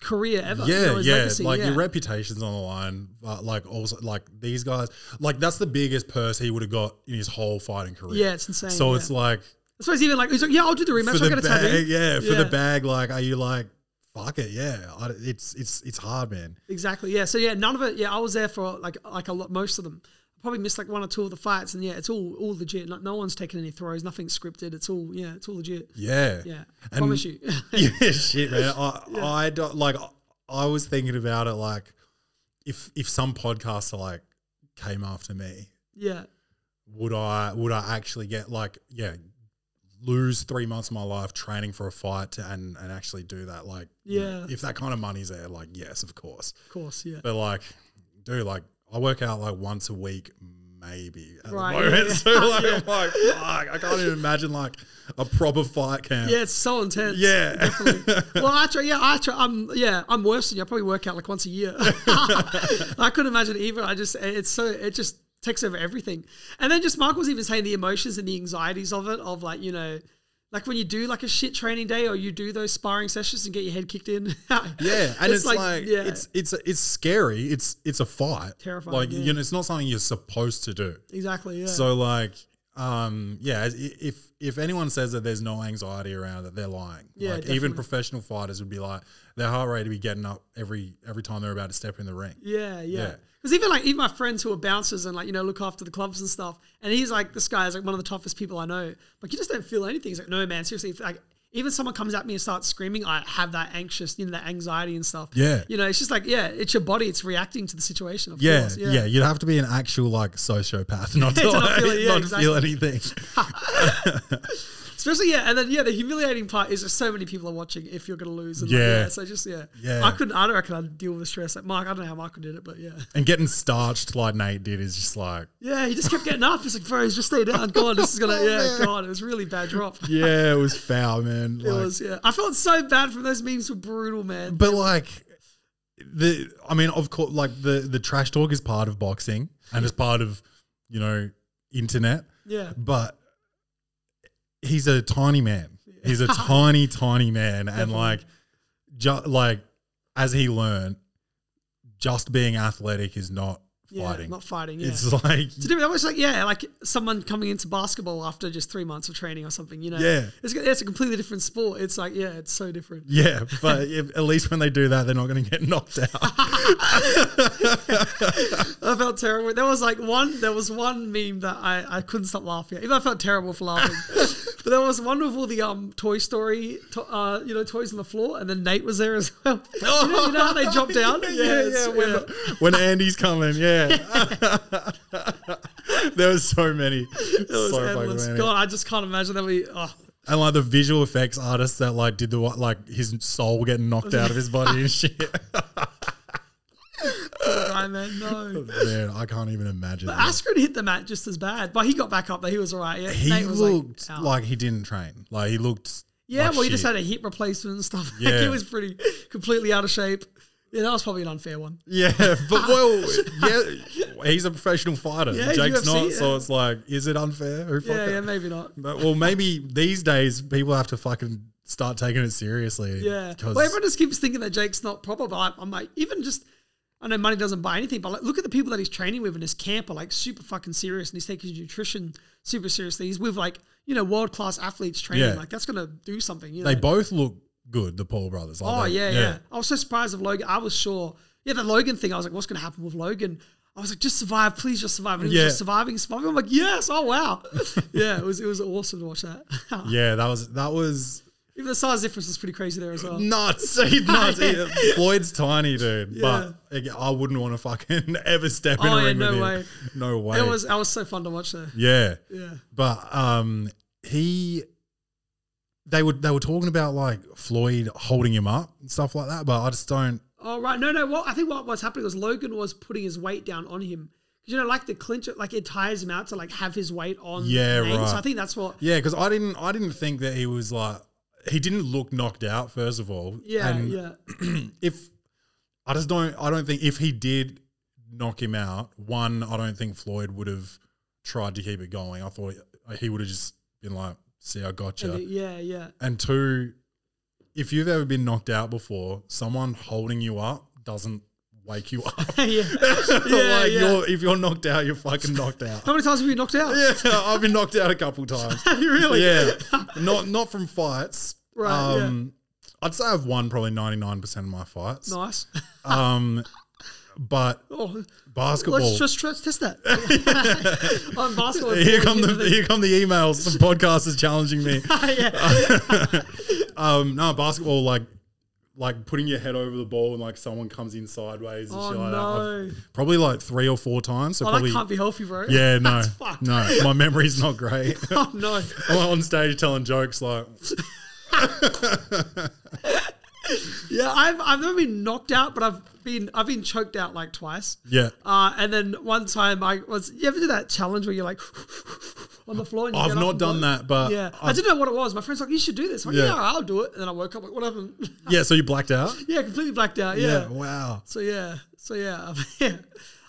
career ever. you
yeah,
know, his
yeah.
legacy,
like
yeah.
your reputation's on the line. But like also like these guys, like that's the biggest purse he would have got in his whole fighting career.
Yeah, it's insane,
So
yeah.
it's like
I suppose even, like, he's like, yeah, I'll do the rematch.
for the
I'll get a tattoo.
bag, yeah, for
Yeah.
the bag. Like, are you like fuck it? Yeah, I, it's it's it's hard, man.
Exactly. Yeah. So yeah, none of it. Yeah, I was there for like like a lot, most of them. I probably missed like one or two of the fights, and yeah, it's all all legit. No, no one's taking any throws. Nothing's scripted. It's all yeah, it's all legit.
Yeah,
Yeah, I
And-
promise you. <laughs>
yeah, shit, man. I, I don't like. I was thinking about it, like if if some podcaster like came after me,
yeah.
would I would I actually get like yeah lose three months of my life training for a fight to, and and actually do that? Like, you know,
Yeah.
if that kind of money's there, like yes, of course.
Of course. Yeah.
But like, dude, like I work out like once a week, maybe at
Right,
the moment.
<laughs>
<laughs>
yeah.
So like, I'm like, fuck, I can't even imagine like a proper fight camp.
Yeah, it's so intense.
Yeah.
Well, I try. Yeah, I try. I'm. Yeah, I'm worse than you. I probably work out like once
<laughs>
a year. I couldn't imagine either. I just. It's so. It just takes over everything. And then just Mark was even saying the emotions and the anxieties of it. Of like you know. Like when you do like a shit training day, or you do those sparring sessions and get your head kicked in. <laughs>
Yeah, and it's, like,
yeah,
it's it's it's scary. It's it's a fight.
Terrifying,
Like
yeah.
you know, it's not something you're supposed to do.
exactly. Yeah.
So like, um, yeah, i- if if anyone says that there's no anxiety around it, they're lying.
Yeah,
like
definitely.
even professional fighters would be like, their heart rate would be getting up every every time they're about to step in the ring.
Yeah, yeah.
Yeah.
Because even like even my friends who are bouncers and like you know look after the clubs and stuff, and he's like this guy is like one of the toughest people I know. Like you just don't feel anything. He's like, no man, seriously, if, like even someone comes at me and starts screaming, I have that anxious, you know, that anxiety and stuff.
Yeah.
You know, it's just like, yeah, it's your body. It's reacting to the situation. Of
Yeah,
course.
yeah, You'd have to be an actual like sociopath not to,
To not
like,
feel it, <laughs> yeah,
not
exactly.
feel anything.
Especially, yeah. And then, yeah, the humiliating part is just so many people are watching if you're going to lose. And like,
Yeah.
yeah. So just, yeah.
Yeah.
I couldn't, I don't reckon I'd deal with the stress. Like Mark, I don't know how Michael did it, but yeah.
And getting starched like Nate did is just
<laughs>
like,
Yeah, he just kept getting up. It's like, bro, just stay down. God, this
<laughs>
is gonna.
Oh,
yeah, God, it was really bad drop.
yeah, <laughs> it was foul, man.
It
Like,
was. Yeah, I felt so bad from those memes. Were brutal, man.
But like the, I mean, of course, like the the trash talk is part of boxing and it's part of you know internet,
Yeah,
but he's a tiny man.
<laughs>
He's a tiny, tiny man, and
Definitely.
like, ju- like as he learned, just being athletic is not
yeah,
fighting.
not fighting. Yeah.
It's like <laughs>
to do that was like yeah, like someone coming into basketball after just three months of training or something. You know,
Yeah.
it's it's a completely different sport. It's like yeah, it's so different.
Yeah, but if, at least when they do that, they're not going to get <laughs> knocked out.
I felt terrible. There was like one, there was one meme that I, I couldn't stop laughing. at. Even I felt terrible
<laughs>
for laughing. but there was one with all the um Toy Story, to, uh, you know, toys on the floor, and then Nate was there as well. <laughs> you, know, you know how they drop
<laughs>
down?
yeah, yeah,
it's-
when, when Andy's coming, yeah. <laughs> there was so many.
It was
so fucking
endless.
many.
God, I just can't imagine that we. Oh,
And like the visual effects artists that like did the what like his soul getting knocked out of his body
<laughs>
and shit.
guy, man, no.
Man, I can't even imagine. that.
Askren hit the mat just as bad, but he got back up. Though he was all right. Yeah,
he
Nate was
looked
like,
like,
out.
he didn't train. Like he looked.
yeah.
like
well, he just
shit.
had a hip replacement and stuff. <laughs> like,
Yeah.
he was pretty completely out of shape. Yeah, that was probably an unfair one.
<laughs> Yeah,
<laughs>
but well, yeah, he's a professional fighter.
Yeah,
Jake's
UFC,
not, so
yeah.
it's like, is it unfair? Who
Yeah,
fucking-
yeah, maybe not.
But, well, maybe these days people have to fucking start taking it seriously.
Yeah.
'cause-
Well, everyone just keeps thinking that Jake's not proper, but I- I'm like, even just, I know money doesn't buy anything, but like, look at the people that he's training with in his camp are like super fucking serious and he's taking his nutrition super seriously. He's with like, you know, world class athletes training.
Yeah.
Like, that's going to do something. You
they
know?
both look good, the Paul brothers. Like
Oh,
they-
yeah, yeah, I was so surprised of Logan. I was sure. Yeah, the Logan thing, I was like, what's going to happen with Logan? I was like, just survive, please just survive. And he
Yeah.
was just surviving, surviving. I'm like, yes,
<laughs>
oh, wow. yeah, it was it was awesome to watch that.
Yeah, that was that was
<laughs> Even the size difference was pretty crazy there as well.
nuts. <laughs>
<laughs>
He's nuts. He- Floyd's tiny, dude.
Yeah.
But again, I wouldn't want to fucking <laughs> ever step in
Oh,
a
yeah,
ring
no
with him.
way.
No way.
It was, that was so fun to watch though.
yeah.
Yeah.
But um, he, they were they were talking about like Floyd holding him up and stuff like that. But I just don't.
Oh right, no, no. Well, I think what was happening was Logan was putting his weight down on him. 'Cause, You know, like the clinch, like it tires him out to like have his weight on.
Yeah,
Nate.
right.
So I think that's what.
Yeah, because I didn't I didn't think that he was like he didn't look knocked out first of all.
Yeah,
and
yeah,
If I just don't I don't think if he did knock him out, one I don't think Floyd would have tried to keep it going. I thought he would have just been like, "See, I got you."
And it- yeah, yeah. <laughs>
and two, if you've ever been knocked out before, someone holding you up doesn't wake you up. <laughs>
yeah, <laughs> yeah,
like
yeah.
you're if you're knocked out, you're fucking knocked out. <laughs>
<laughs> How many times have you been knocked out?
yeah, I've been knocked out a couple times.
really? <laughs>
Yeah, not not from fights.
Right,
Um, I'd say I've won probably ninety nine percent of my fights.
Nice.
Um, but
Oh,
basketball.
let's just let's test that. On
<laughs>
basketball.
Here come
<laughs>
the
yeah.
here come the emails. The podcast is challenging me.
<laughs>
<laughs>
yeah,
Um, no basketball like like putting your head over the ball and like someone comes in sideways and
Oh,
shit like that.
no.
I've- Probably like three or four times. So
oh,
probably
that can't be healthy, bro.
<laughs> yeah. No,
fucked.
no. My memory's not great.
<laughs>
<laughs>
Oh no.
I'm on stage telling jokes like
Yeah, I've I've never been knocked out, but I've been I've been choked out like twice. <laughs>
yeah.
Uh, and then one time I was, you ever do that challenge where you're like <laughs> on the floor? And you
I've
get up
not
and
done
go-
that, but
Yeah,
I've-
I didn't know what it was. My friend's like, you should do this. I'm like,
Yeah.
yeah. I'll do it. And then I woke up like, what happened? <laughs>
yeah. So you blacked out.
yeah, completely blacked out. Yeah.
Wow.
So yeah, so yeah, <laughs> yeah.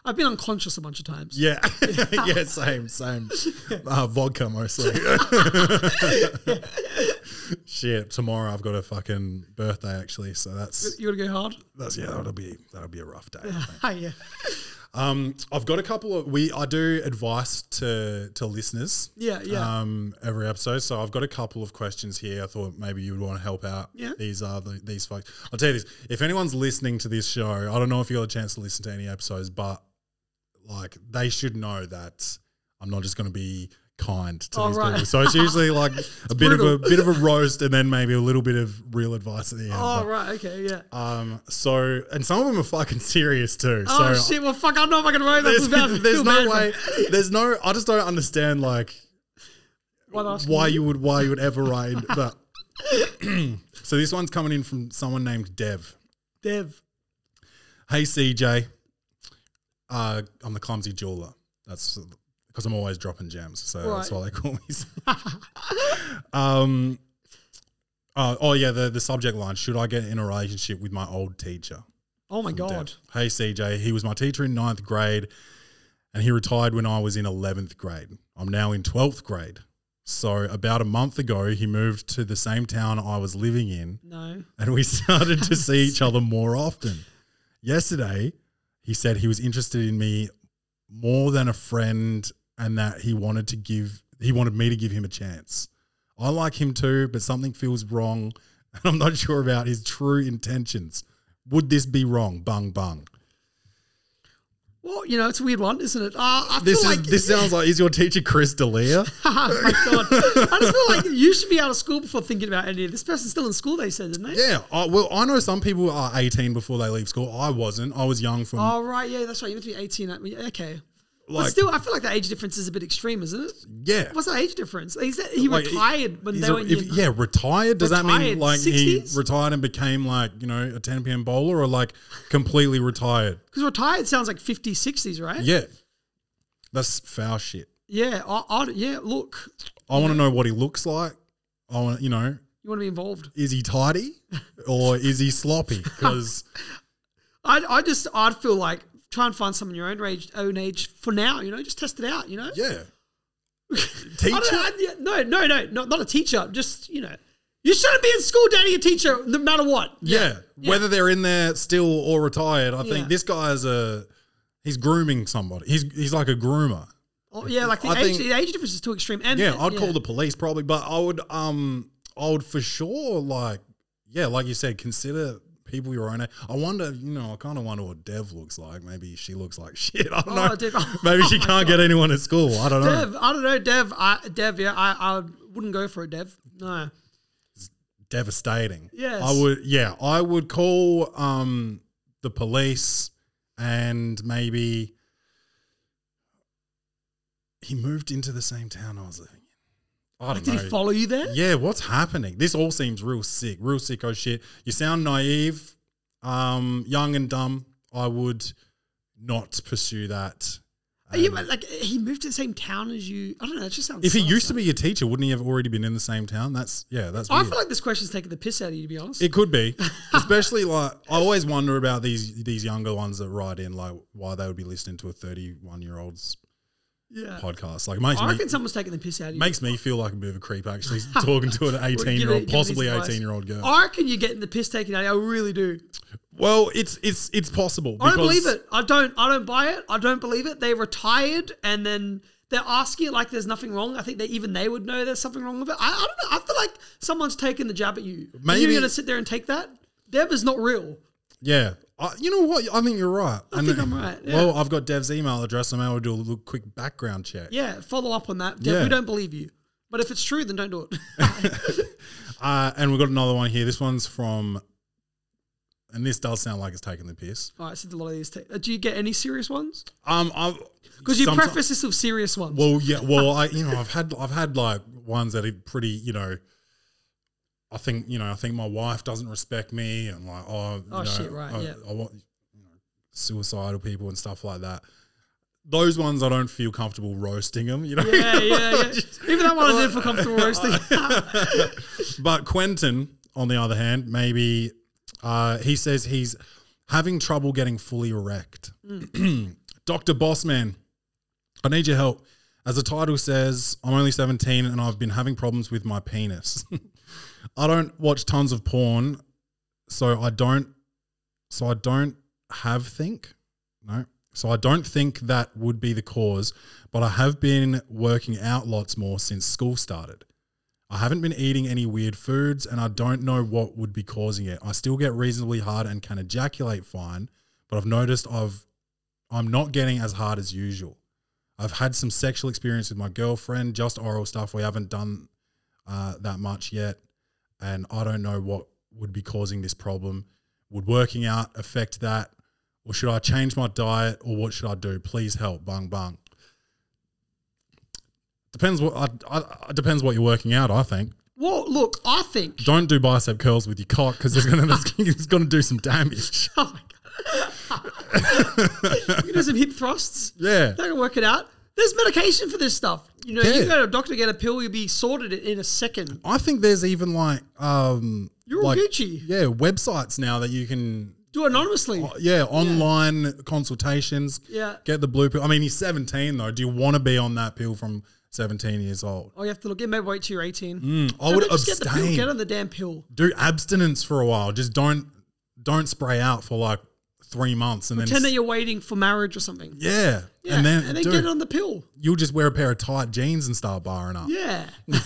I've been unconscious a bunch of times.
Yeah. <laughs> yeah. Same. Same. Uh, vodka mostly. <laughs> Shit. Tomorrow I've got a fucking birthday actually, so that's
You gotta go hard.
that's yeah. That'll be that'll be a rough day. I think.
<laughs> Hey, Oh, yeah,
Um, I've got a couple of we. I do advice to to listeners.
Yeah, yeah.
Um, every episode, so I've got a couple of questions here. I thought maybe you would want to help out.
Yeah.
These are the these folks. I'll tell you this: if anyone's listening to this show, I don't know if you got a chance to listen to any episodes, but like they should know that I'm not just going to be kind to
Oh,
these
right.
people. So it's
<laughs>
usually like a bit
brutal.
of a bit of a roast and then maybe a little bit of real advice at the end.
Oh
But,
right, okay, yeah.
Um, so and some of them are fucking serious too.
oh
so
shit! Well, fuck! I know if I can write that. <laughs>
there's,
without
<laughs> there's
Phil Mann.
no way. There's no. I just don't understand like
What else?
why you would why you would ever write that. <clears throat> so this one's coming in from someone named Dev.
Dev.
Hey CJ, uh, I'm the clumsy jeweler. That's because I'm always dropping gems, so that's
Right.
why they call me. um, uh, oh yeah, the the subject line: Should I get in a relationship with my old teacher?
Oh my
Dev.
god.
Hey CJ, he was my teacher in ninth grade, and he retired when I was in eleventh grade. I'm now in twelfth grade. So about a month ago, he moved to the same town I was living in
No.
and we <laughs> started to see each other more often. Yesterday, he said he was interested in me more than a friend and that he wanted to give he wanted me to give him a chance. I like him too, but something feels wrong <laughs> and I'm not sure about his true intentions. Would this be wrong? Bung bung.
Well, you know, it's a weird one, isn't it? Uh, I feel
This is
like
this sounds like is your teacher Chris
<laughs>
D'Elia?
my <laughs>
<laughs>
god. I just feel like you should be out of school before thinking about any of this. Person's still in school. They said, didn't they?
yeah. I, well, I know some people are 18 before they leave school. I wasn't. I was young from
Oh right, yeah, that's right. You meant to be eighteen. I mean, okay.
like
but still, I feel like the age difference is a bit extreme, isn't it?
yeah.
What's the age difference? He said he
Like,
retired when
He's
they
a-
were in
if-
year-
yeah, retired. Does that mean
Retired,
like he
60s?
retired and became like you know a 10 p.m. bowler or like completely retired?
<laughs> Because retired sounds like 50s, 60s, right?
Yeah, that's foul shit.
Yeah. I, I, yeah. Look,
I want to know what he looks like. I want you know,
you want to be involved.
is he tidy
<laughs>
or is he sloppy? Because
I, I just, I'd feel like try and find someone your own age, own age for now, you know, just test it out, you know?
yeah,
<laughs> I don't,
teacher.
I, yeah, no, no, no, not, not a teacher. Just, you know, you shouldn't be in school dating a teacher no matter what.
yeah. whether they're in there still or retired, I
Yeah.
think this guy is a he's grooming somebody. He's he's like a groomer.
Oh, yeah, like the
I
age,
think-
the age difference is too extreme. And <laughs>
Yeah, I'd call the police probably, but I would um I would for sure like yeah, like you said, consider people your own age. I wonder, you know, I kind of wonder what Dev looks like. Maybe she looks like <laughs> shit. I don't
<laughs> Oh,
know.
Dev.
Maybe she
Oh my
can't get anyone at school. I don't know.
Dev, I don't know, Dev, I, Dev, yeah, I, I wouldn't go for it, Dev. No.
Devastating.
Yes.
I would. Yeah, I would call um the police and maybe he moved into the same town I was living in. I don't
Did
know.
he follow you there?
Yeah, what's happening? This all seems real sick, real sicko shit. You sound naive, um, young and dumb. I would not pursue that. Um,
yeah, but like he moved to the same town as you. I don't know. It just sounds.
If he
sus,
used to
man.
be your teacher, wouldn't he have already been in the same town? That's yeah, that's.
I
Weird.
feel like this question's taking the piss out of you. To be honest,
it could
<laughs>
be, especially like I always wonder about these these younger ones that write in, like why they would be listening to a thirty one year old's
yeah.
podcast. Like it makes
I reckon
me
someone's taking the piss out of you.
makes me feel like a bit of a creep
<laughs>
actually talking to an
Give
eighteen
it-
year old,
give it his
possibly
advice.
eighteen year old girl.
I reckon you're getting the piss taken out. of you. I really do.
well, it's it's it's possible.
I don't believe
because-
it. I don't. I don't buy it. I don't believe it. They retired and then they're asking it like there's nothing wrong. I think that even they would know there's something wrong with it. I, I don't know. I feel like someone's taking the jab at you. Maybe
Maybe-
you're gonna sit there and take that. Dev is not real.
Yeah. I, you know what? I think you're right. I
think I'm right, yeah.
Well, I've got Dev's email address. so I'm able to do a little quick background check.
Yeah. Follow up on that. Dev,
Yeah.
We don't believe you. But if it's true, then don't do it. <laughs>
Uh, and we've got another one here. This one's from, and this does sound like it's taking the piss.
All right, I said a lot of these. T- do you get any serious ones?
Um, I've
Because you
someti-
preface this with serious ones.
Well, yeah. Well, I you know I've had I've had like ones that are pretty you know. I think you know. I think my wife doesn't respect me, and like oh, you
Oh,
know,
shit, right,
I,
yeah.
I want you know, suicidal people and stuff like that. Those ones I don't feel comfortable roasting them. You know. <laughs>
yeah, yeah, yeah. Even that one I did for comfortable roasting.
But Quentin, on the other hand, maybe uh, he says he's having trouble getting fully erect. <clears throat> Dr. Bossman, I need your help. As the title says, I'm only 17 and I've been having problems with my penis. <laughs> I don't watch tons of porn, so I don't so I don't have think. No. So I don't think that would be the cause, but I have been working out lots more since school started. I haven't been eating any weird foods and I don't know what would be causing it. I still get reasonably hard and can ejaculate fine, but I've noticed I've I'm not getting as hard as usual. I've had some sexual experience with my girlfriend, just oral stuff. We haven't done uh, that much yet. And I don't know what would be causing this problem. Would working out affect that? Or should I change my diet? Or what should I do? Please help. Bung, bung. Depends what I, I, it depends what you're working out. I think
Well, look, I think.
don't do bicep curls with your cock because it's gonna <laughs> it's gonna do some damage.
<laughs> Oh my god. you do some hip thrusts.
Yeah,
They can work it out. There's medication for this stuff. You know,
Yeah.
you go to a doctor, get a pill, you'll be sorted in a second.
I think there's even like um
You're all
like,
Gucci.
Yeah, websites now that you can
Do it anonymously.
yeah online consultations.
Yeah.
get the blue pill. I mean, he's 17 though. Do you want to be on that pill from 17 years old?
Oh, you have to look. Yeah, maybe wait till you're 18.
Mm. I would
No, just get the pill.
abstain.
Get on the damn pill.
do abstinence for a while. Just don't don't spray out for like three months and
Pretend that
then
you're waiting for marriage or something.
yeah.
Yeah,
and then, dude,
get on the pill.
you'll just wear a pair of tight jeans and start barring up.
Yeah.
<laughs>
yeah,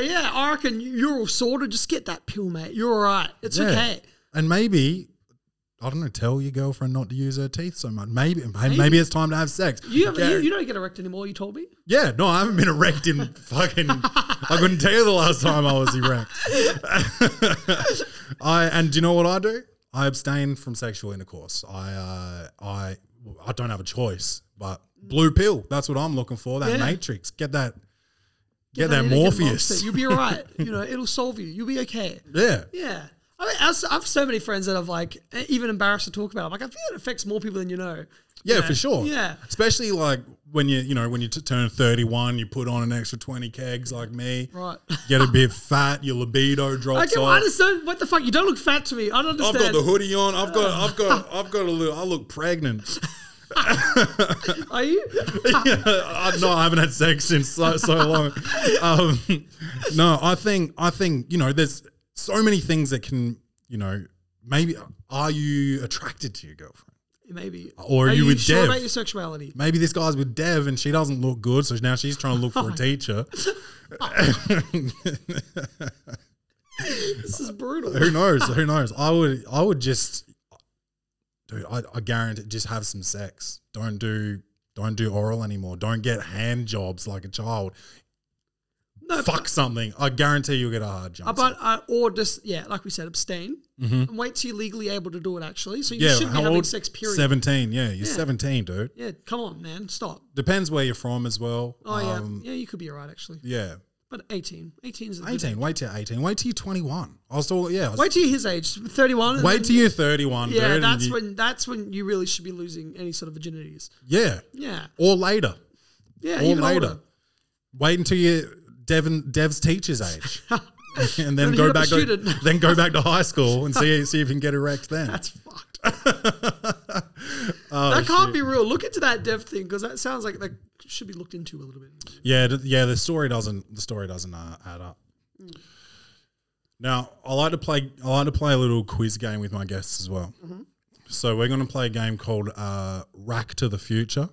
yeah. I reckon you're all sorted. Just get that pill, mate. You're all right. It's
Yeah.
okay.
And maybe I don't know. Tell your girlfriend not to use her teeth so much. Maybe maybe,
Maybe.
it's time to have sex.
You, haven't,
Yeah.
you, you don't get erect anymore, you told me.
Yeah, no, I haven't been erect in
<laughs>
fucking. I couldn't tell you the last time I was erect. I and do you know what I do? I abstain from sexual intercourse. I uh, I I don't have a choice. But blue pill, that's what I'm looking for. That
Yeah.
Matrix, get that, get,
I
that
need to get
Morpheus.
Monster. You'll be all right. <laughs> you know, it'll solve you. You'll be okay.
yeah,
Yeah. I mean, I've- I've so many friends that I've like e, even embarrassed to talk about. I'm like, I feel it affects more people than you know.
yeah,
You know?
for sure.
Yeah.
especially like when you you know when you t- turn 31, you put on an extra 20 kegs like me.
Right.
Get a
<laughs>
bit fat, your libido
I,
drops
get, I
off.
just don't. What the fuck? You don't look fat to me. I don't
uh, I've got
understand.
the hoodie on. I've got, I've
<laughs>
got, I've got a little. I look pregnant. <laughs>
Are you? <laughs>
I, no, I haven't had sex since so, so long. Um, no, I think, I think you know, there's so many things that can, you know, maybe are you attracted to your girlfriend?
Maybe.
Or
Are
you
you
with
sure
Dev?
about your sexuality?
Maybe this guy's with Dev and she doesn't look good, so now she's trying to look for
<laughs>
a teacher.
This is brutal.
<laughs> Who knows? Who knows? I would, I would just, dude. I, I guarantee, just have some sex. Don't do, don't do oral anymore. Don't get hand jobs like a
<laughs>
child.
No,
fuck something. I guarantee you'll get a hard jump.
But, but uh, or just yeah, like we said, abstain and wait till you're legally able to do it. Actually, so you
Mm-hmm. yeah,
should be
how
having
old?
sex. Period.
Seventeen. Yeah, you're seventeen, dude.
Yeah, come on, man, stop.
Depends where you're from as well.
Oh
Um,
yeah, yeah, you could be right actually.
yeah.
But 18, 18 is a good-
Eighteen. Wait till eighteen. Wait till you're twenty-one. I was talking. Yeah. I was,
Wait till you're his age, 31. and
wait
then-
till you're thirty-one. dude,
Yeah,
and
that's
you-
when that's when you really should be losing any sort of virginities.
Yeah,
Yeah,
or later.
yeah,
or
even
later.
older.
Wait until you Devin Dev's teacher's
<laughs>
age, and then
When
go
you're a
back to
student.
then go back to high school and see see if you can get erect then.
<laughs>
<laughs>
That's fucked.
Oh,
that can't be real. Look into that dev thing because that sounds like that should be looked into a little bit.
Yeah, th- yeah. The story doesn't the story doesn't uh, add up. Now, I like to play. I like to play a little quiz game with my guests as well. So we're going to play a game called uh, Rack to the Future.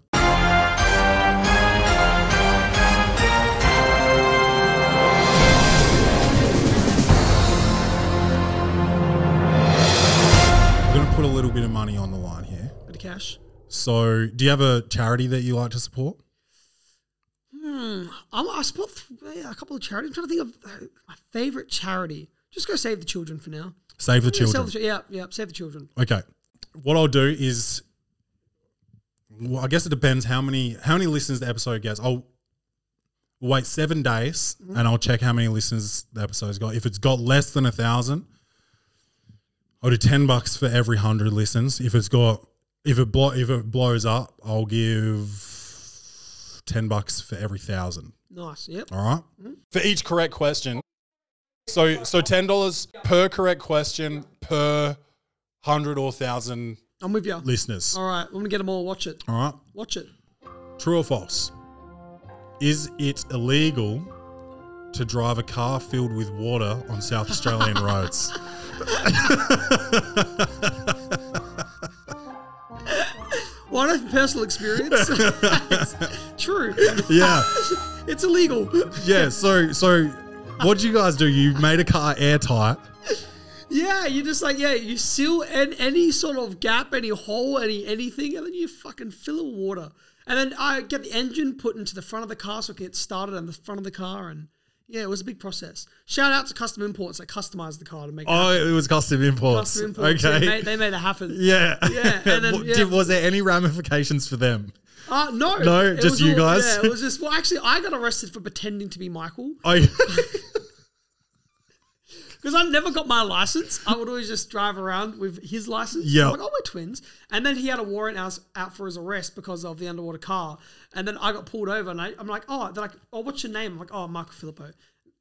We're going to put a little bit of money on the line here.
Bit of cash.
So, do you have a charity that you like to support?
I'm, I support th- yeah, a couple of charities. I'm trying to think of uh, my favorite charity. Just go save the children for now.
Save the
Yeah, save
children.
the chi- yeah, yeah, save the children.
Okay. What I'll do is, well, I guess it depends how many how many listeners the episode gets. I'll wait seven days and I'll check how many listeners the episode's got. If it's got less than a thousand, I'll do ten bucks for every hundred listens. If it's got if it blo- if it blows up, I'll give ten bucks for every thousand.
Nice. Yep.
All right? For each correct question. So so ten dollars per correct question per hundred or thousand
I'm with you.
listeners.
All right. I'm gonna get them all. Watch it.
All right.
Watch it.
True or false? Is it illegal to drive a car filled with water on South
<laughs>
Australian roads?
Well, I know from
<laughs>
personal experience. <laughs> It's true.
Yeah.
It's illegal.
Yeah. So so what'd you guys do? You made a car airtight.
Yeah, you just like yeah, you seal an, any sort of gap, any hole, any anything, and then you fucking fill it with water. And then I get the engine put into the front of the car so it can get started on the front of the car, and yeah, it was a big process. Shout out to Custom Imports that customized the car to make it happen.
Oh, it was custom imports.
Custom Imports.
okay.
Yeah, they, they made it happen.
yeah.
Yeah, and then-
What-
yeah.
<laughs> Did, was there any ramifications for them?
Uh, no,
No,
it
just
was
you
all-
guys?
Yeah, it was just well, actually, I got arrested for pretending to be Michael
Oh,
because I never got my license. I would always just drive around with his license.
Yeah.
I'm like, oh, we're twins. And then he had a warrant out, out for his arrest because of the underwater car. And then I got pulled over, and I, I'm like, oh, they're like, oh, what's your name? I'm like, oh, Michael Filippo.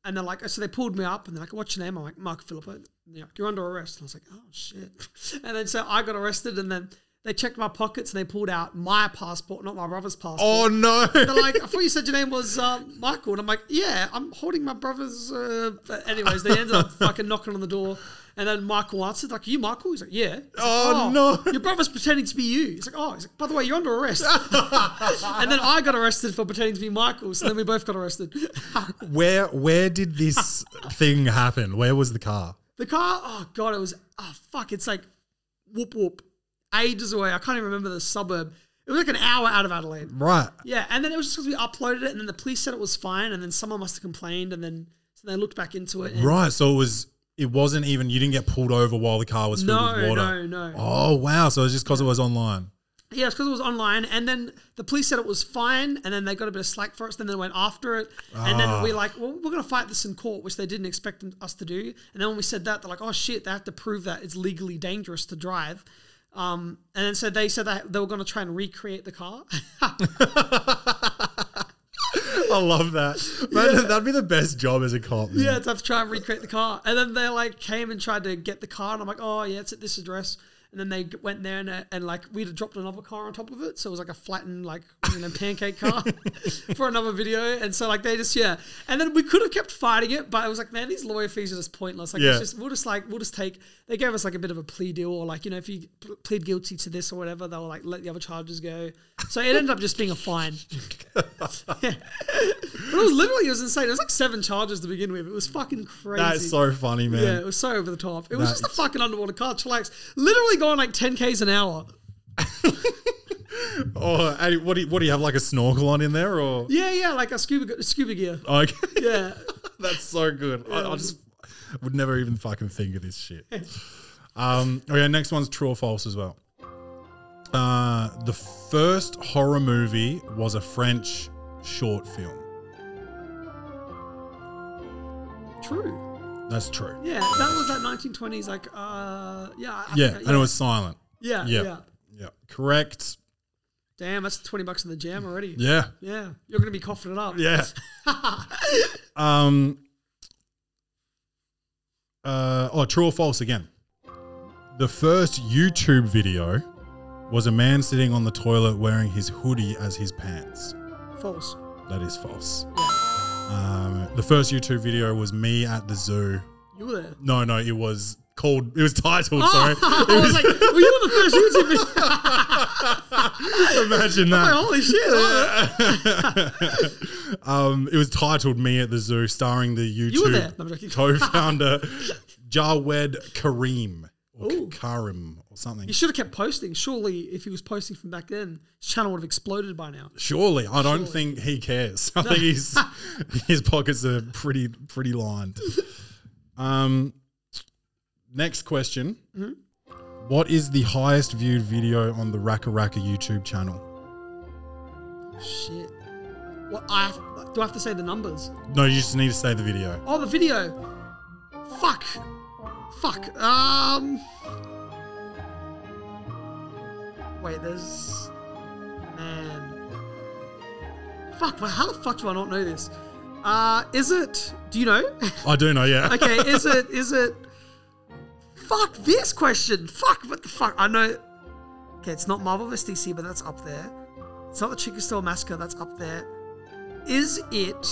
And they're like, so they pulled me up, and they're like, what's your name? I'm like, Michael Filippo. And they're like, you're under arrest. And I was like, oh shit. <laughs> And then so I got arrested, and then. They checked my pockets and they pulled out my passport, not my brother's passport.
<laughs> oh no.
They're like, I thought you said your name was uh, Michael. And I'm like, yeah, I'm holding my brother's. Uh... But anyways, they ended
<laughs>
up fucking knocking on the door. And then Michael answered, like, you Michael? He's like, yeah. He's like,
Oh, no.
Your brother's pretending to be you. He's like, oh. He's like, by the way, you're under
<laughs>
arrest. and then I got arrested for pretending to be Michael. So then we both
<laughs>
got arrested.
Where where did
<laughs>
this thing happen? Where was the car?
the car, oh, God, it was, oh, fuck. It's like whoop whoop. Ages away. I can't even remember the suburb. It was like an hour out of Adelaide.
Right.
Yeah, and then it was just because we uploaded it, and then the police said it was fine, and then someone must have complained, and then so they looked back into it. and-
Right. So it was it wasn't even you didn't get pulled over while the car was filled
No,
with water.
no, no.
Oh wow. So it was just because it was
<laughs>
online.
Yeah, it's because it was online, and then the police said it was fine, and then they got a bit of slack for us. Then they went after it, and then
Ah.
we like, well, we're gonna fight this in court, which they didn't expect them- us to do. And then when we said that, they're like, oh shit, they have to prove that it's legally dangerous to drive. Um, and then so they said that they were gonna try and recreate the car. <laughs>
I love that. <laughs> Man, That'd be the best job as a cop. man.
Yeah, to have to try and recreate the car. And then they like came and tried to get the car, and I'm like, oh yeah, it's at this address. And then they g- went there and, uh, and like we'd have dropped another car on top of it, so it was like a flattened like you know pancake car for another video. And so like they just yeah, and then we could have kept fighting it, but it was like man, these lawyer fees are just pointless. Like
Yeah.
it's just we'll just like we'll just take. They gave us like a bit of a plea deal, or like you know if you pl- plead guilty to this or whatever, they'll like let the other charges go. So it ended up just being a fine. <laughs> But it was literally it was insane. It was like seven charges to begin with. It was fucking crazy.
That's so funny, man.
yeah, it was so over the top. It was
That
just a
is-
fucking underwater car chillax, literally going like 10 k's an hour.
Oh, hey, what do you, what do you have like a snorkel on in there or?
Yeah, yeah, like a scuba scuba gear.
Okay,
Yeah,
that's so good. I, I just <laughs> would never even fucking think of this shit. Um, okay, next one's true or false as well. Uh, the first horror movie was a French short film.
true.
That's <laughs> true.
Yeah, that was that 1920s. Like, uh, yeah, I- I
Yeah,
think I-
and it was silent.
yeah, yeah,
Yeah. Yeah. Correct.
Damn, that's 20 bucks in the jam already.
Yeah.
Yeah, you're gonna be coughing it up.
Yeah. <laughs> um. Uh, oh, true or false again. The first YouTube video was a man sitting on the toilet wearing his hoodie as his pants.
false.
That is false.
Yeah.
Um, the first YouTube video was me at the zoo.
You were there.
No, no, it was called. It was titled.
<laughs> I
Sorry.
was like, well, you were the first
<laughs>
YouTube video.
Imagine that.
Holy shit! oh,
<laughs> um, it was titled "Me at the Zoo," starring the YouTube
were there. No, I'm joking.
co-founder Jawed Karim or
Ooh.
Karim or something.
You should have kept posting. Surely, if he was posting from back then, his channel would have exploded by now.
Surely, I don't think he cares. <laughs> I think he's his pockets are pretty pretty lined. Um, next question:
Mm-hmm.
What is the highest viewed video on the Raka Raka YouTube channel?
Shit. What I have, do I have to say the numbers?
No, you just need to say the video.
Oh, the video. Fuck. Fuck. Um. Wait, there's man. Fuck. Well, how the fuck do I not know this? Uh, is it? Do you know? <laughs>
I do know, yeah.
okay, is it? Is it? Fuck this question. Fuck. What the fuck? I know. Okay, it's not Marvel vs DC, but that's up there. It's not the Chicken Store Massacre. That's up there. Is it?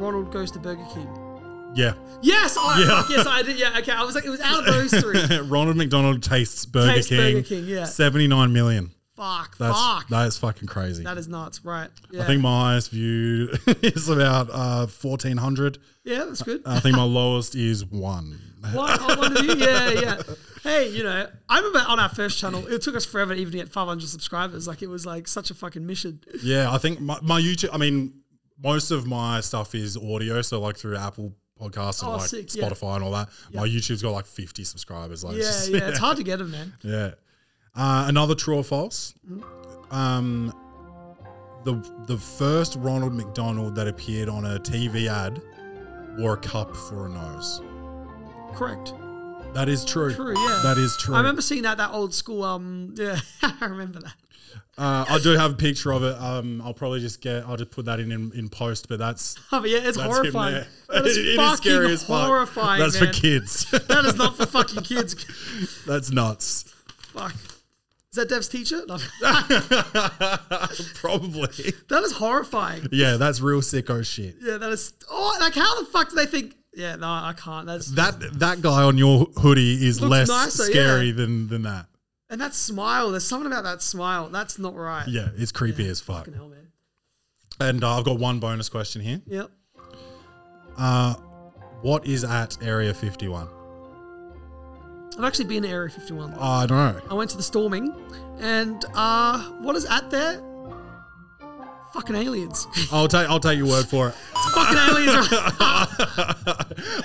Ronald goes to Burger King.
<laughs> Yeah.
Yes. Oh,
Yeah.
fuck, yes, I did. Yeah. Okay. I was like, it was out of those
<laughs>
three.
Ronald McDonald tastes Burger
Tastes
King.
Burger King, yeah.
79 million.
fuck.
That's
fuck.
that is fucking crazy.
that is nuts. Right. Yeah.
I think my highest <laughs> viewed is about uh, 1400.
yeah. That's good.
Uh, I think my lowest is 1.
What? Oh, one of you? Yeah, yeah. Hey, you know, I remember on our first channel, it took us forever to even get 500 subscribers. Like, it was like such a fucking mission.
Yeah, I think my, my YouTube. I mean, most of my stuff is audio, so like through Apple Podcasts and
Oh,
like
sick, yeah.
Spotify and all that. My YouTube's got like fifty subscribers. Like,
Yeah,
it's <laughs> just-
yeah. It's hard to get them, man.
yeah. Uh, another true or false.
Mm-hmm.
Um, the the first Ronald McDonald that appeared on a TV ad wore a cup for a nose.
Correct.
That is true.
True, yeah.
That is true.
I remember seeing that, that old school. Um, Yeah, <laughs> I remember that.
Uh, I do have a picture of it. Um, I'll probably just get. I'll just put that in in, in post. But that's
Oh, but yeah, it's
that's
horrifying.
him there.
That
<laughs>
is
It- it
fucking
is scary as fuck.
horrifying.
That's
man.
for kids. <laughs>
That is not for fucking kids. <laughs>
that's nuts.
Fuck. Is that Dev's teacher? No. <laughs>
Probably.
That is horrifying.
Yeah, that's real sicko shit.
Yeah, that is. Oh, like how the fuck do they think? Yeah, no, I can't. That's
That that guy on your hoodie is
Looks
less
nicer,
scary
yeah.
than than that.
and that smile. There's something about that smile. That's not right.
Yeah, it's creepy as fuck.
Fucking hell, man.
And uh, I've got one bonus question here.
Yep.
Uh, what is at Area 51?
I've actually been to Area 51.
I don't know.
I went to the storming, and uh, what is at there? Fucking aliens. <laughs>
I'll take I'll take your word for it.
Fucking
<laughs>
aliens. right?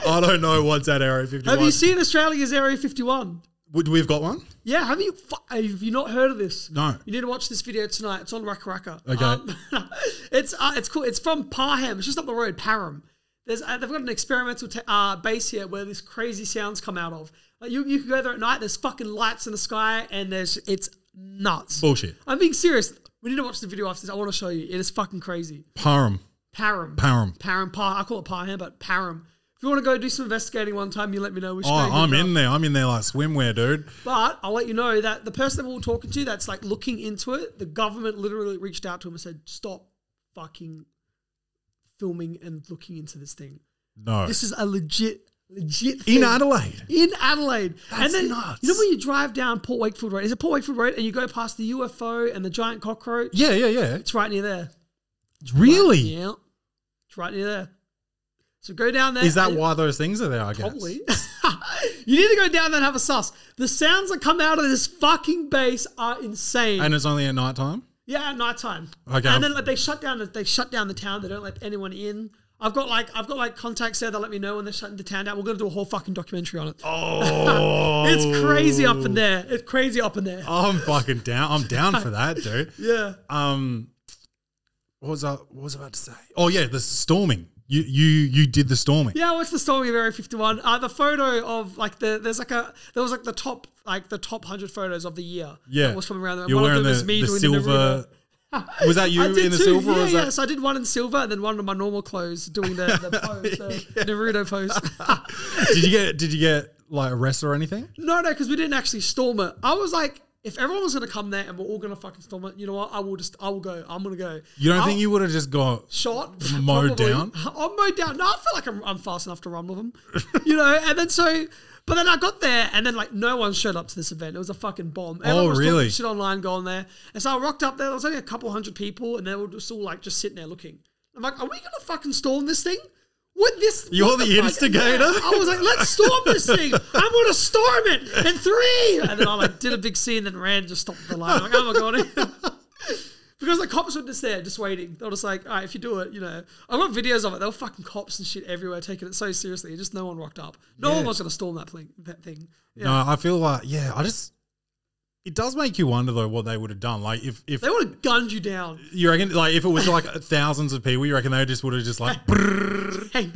I don't know what's at Area 51.
Have you seen Australia's Area 51?
Would- We've got one.
Yeah, have you? fu- Have you not heard of this?
No.
You need to watch this video tonight. It's on Raka Raka.
Okay.
Um, <laughs> it's uh, it's cool. It's from Parham. It's just up the road, Parham. There's uh, they've got an experimental te- uh, base here where these crazy sounds come out of. Like you you can go there at night. There's fucking lights in the sky, and there's it's nuts.
Bullshit.
I'm being serious. We need to watch the video after this. I want to show you. It is fucking crazy.
Parham.
Parham.
Parham.
Parham. Par- I call it Parham, but Parham. If you want to go do some investigating one time, you let me know. We should
Oh,
go
I'm
hook up.
in there. I'm in there like swimwear, dude.
But I'll let you know that the person that we were talking to that's like looking into it, the government literally reached out to him and said, stop fucking filming and looking into this thing.
No.
This is a legit, legit thing.
in Adelaide.
In Adelaide.
That's
and then,
nuts.
You know when you drive down Port Wakefield Road? Is it Port Wakefield Road? And you go past the UFO and the giant cockroach?
Yeah, yeah, yeah.
It's right near there.
Really?
Yeah. It's right near there. So go down there.
Is that
and-
why those things are there? I guess.
Probably. <laughs> you need to go down there and have a sus. The sounds that come out of this fucking base are insane.
And it's only at night time.
yeah, at nighttime.
Okay.
And then like they shut down the they shut down the town. They don't let anyone in. I've got like I've got like contacts there that let me know when they're shutting the town down. We're gonna do a whole fucking documentary on it.
Oh,
<laughs> It's crazy up in there. It's crazy up in there.
I'm fucking down. I'm down for
<laughs>
that, dude.
Yeah.
Um, what was I? What was I about to say? Oh yeah, the storming. You you you did the storming.
Yeah, what's the story of Area 51? Uh, the photo of like the there's like a there was like the top like the top hundred photos of the year.
Yeah.
that was from around. there.
You're
One of
wearing
them
the,
is me
the
doing The
silver. <laughs>
Naruto.
was that you
I
in
did
the
too.
silver?
yeah,
or was
yeah.
that?
So I did one in silver and then one in my normal clothes doing
<laughs>
the, the pose, the Naruto pose.
Did you get did you get like arrested or anything?
no, no, because we didn't actually storm it. I was like, if everyone was gonna come there and we're all gonna fucking storm it, you know what? I will just, I will go. I'm gonna go.
You don't
I'll-
think you would have just got
shot
<laughs> Mowed
probably.
down?
I'm mowed down. No, I feel like I'm, I'm fast enough to run with them, <laughs> you know. And then so, but then I got there, and then like no one showed up to this event. It was a fucking bomb. Everyone was talking
Oh, really?
Shit online going there, and so I rocked up there. There was only a couple hundred people, and they were just all like just sitting there looking. I'm like, are we gonna fucking storm this thing? What this?
<laughs> You're
what
the
fuck?
instigator?
Yeah. I was like, let's storm this thing. I'm gonna storm it in three. And then I like did a big scene, then ran, just stopped the line. I'm like, oh my god. <laughs> Because the cops were just there, just waiting. They were just like, all right, if you do it, you know. I've got videos of it. There were fucking cops and shit everywhere taking it so seriously. Just no one rocked up. No one was going to storm that thing. That thing. Yeah.
No, I feel like yeah, I just it does make you wonder though what they would have done. Like if if
They would have gunned you down.
you reckon like if it was like <laughs> thousands of people, you reckon they just would have just like brrrr.
Hey.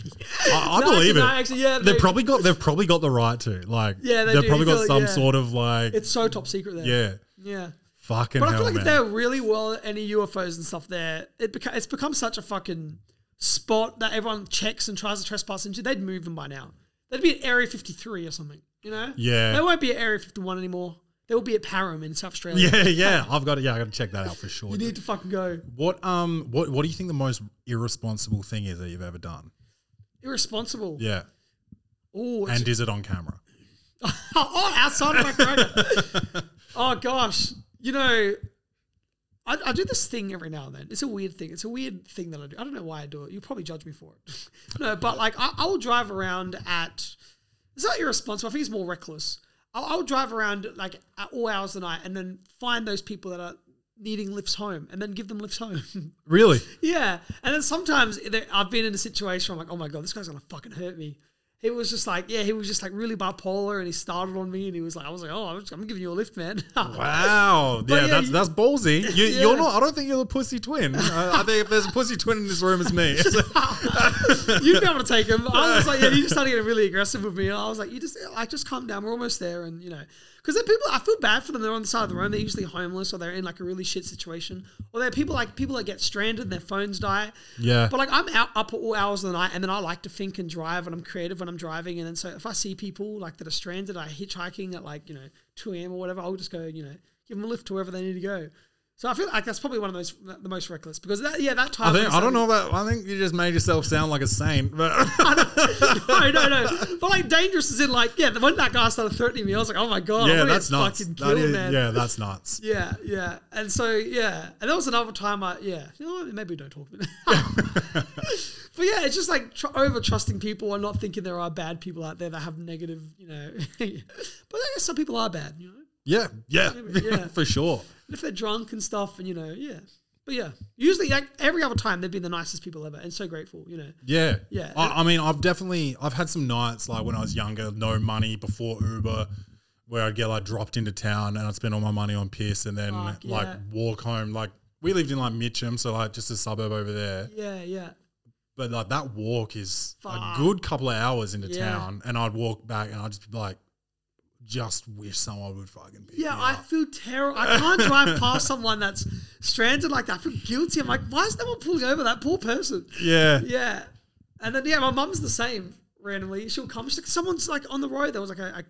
I, I
<laughs> No,
believe
actually,
it.
no, actually, yeah,
they've
they-
probably got they've probably got the right to like
Yeah, they
they've
do.
probably
You
got
feel like-
some
yeah.
sort of like
It's so top secret there.
yeah
Yeah.
fucking
But I
hell
feel like
man.
if they're really well at any UFOs and stuff there, it beca- it's become such a fucking spot that everyone checks and tries to trespass into. They'd move them by now. They'd be at Area 53 or something, you know?
Yeah.
They won't be at Area 51 anymore. They will be at Parham in South Australia.
yeah <laughs> yeah I've got to, yeah I got to check that out for sure.
You need to fucking go.
what um what what do you think the most irresponsible thing is that you've ever done?
Irresponsible.
Yeah,
Oh,
and is it on camera?
<laughs> oh, outside of my corona. oh gosh, you know, I, I do this thing every now and then. It's a weird thing. It's a weird thing that I <laughs> do. I don't know why I do it. You'll probably judge me for it. no, but like I, I will drive around at It's not irresponsible. I think it's more reckless. I'll, I'll drive around like at all hours of the night and then find those people that are needing lifts home and then give them lifts home. <laughs>
Really?
Yeah, and then sometimes there- I've been in a situation where I'm like, oh my god, this guy's gonna fucking hurt me. He was just like, yeah, he was just like really bipolar, and he started on me, and he was like, I was like, oh, I'm, just, I'm giving you a lift, man. <laughs>
Wow. Yeah,
yeah,
that's
you-
that's ballsy. You,
<laughs> Yeah.
You're not. I don't think you're the pussy twin. Uh, I think if there's a pussy twin in this room, it's
<laughs>
me.
You'd be able to take him. I was like, yeah, you just started getting really aggressive with me. And I was like, you just like just calm down. We're almost there, and you know, because there are people. I feel bad for them. They're on the side of the road. They're usually homeless, or they're in like a really shit situation, or there are people like people that get stranded. and Their phones die.
Yeah.
But like I'm out up at all hours of the night, and then I like to think and drive, and I'm creative when I'm driving, and then so if I see people like that are stranded, I hitchhiking at like you know 2 a.m. or whatever, I'll just go you know give them a lift to wherever they need to go. So I feel like that's probably one of those the most reckless because that yeah that
<laughs>
type
I think
of
I don't know that. I think you just made yourself sound like a saint. But
no, no, no. But like dangerous is in like, yeah, when that guy started threatening me, I was like, <laughs> oh my god,
yeah,
I'm gonna
that's
get
nuts.
fucking
That
killed,
is-
man.
yeah, that's nuts.
yeah, yeah. And so yeah, and there was another time I yeah, you know what, maybe don't talk.
<laughs>
About it. <laughs> but yeah, it's just like tr- over trusting people and not thinking there are bad people out there that have negative, you know. <laughs> but I guess some people are bad, you know,
Yeah, yeah,
<laughs> Yeah.
<laughs> for sure.
and if they're drunk and stuff, and you know, yeah. But yeah, usually like every other time they've been the nicest people ever, and so grateful, you know.
Yeah,
Yeah.
I, I mean, I've definitely I've had some nights like when I was younger, no money before Uber, where I'd get like dropped into town and I'd spend all my money on piss and then
Fuck,
like
yeah.
walk home. Like we lived in like Mitcham, so like just a suburb over there.
Yeah, yeah.
But like that walk is
Fuck.
a good couple of hours into
Yeah.
town, and I'd walk back and I'd just be like, just wish someone would fucking pick
Yeah,
me
I
up.
feel terrible. I can't drive past someone that's stranded like that. I feel guilty. I'm like, why is no one pulling over that poor person?
yeah,
Yeah. And then, yeah, my mum's the same randomly. She'll come. She's like, someone's like on the road. There was like a, a,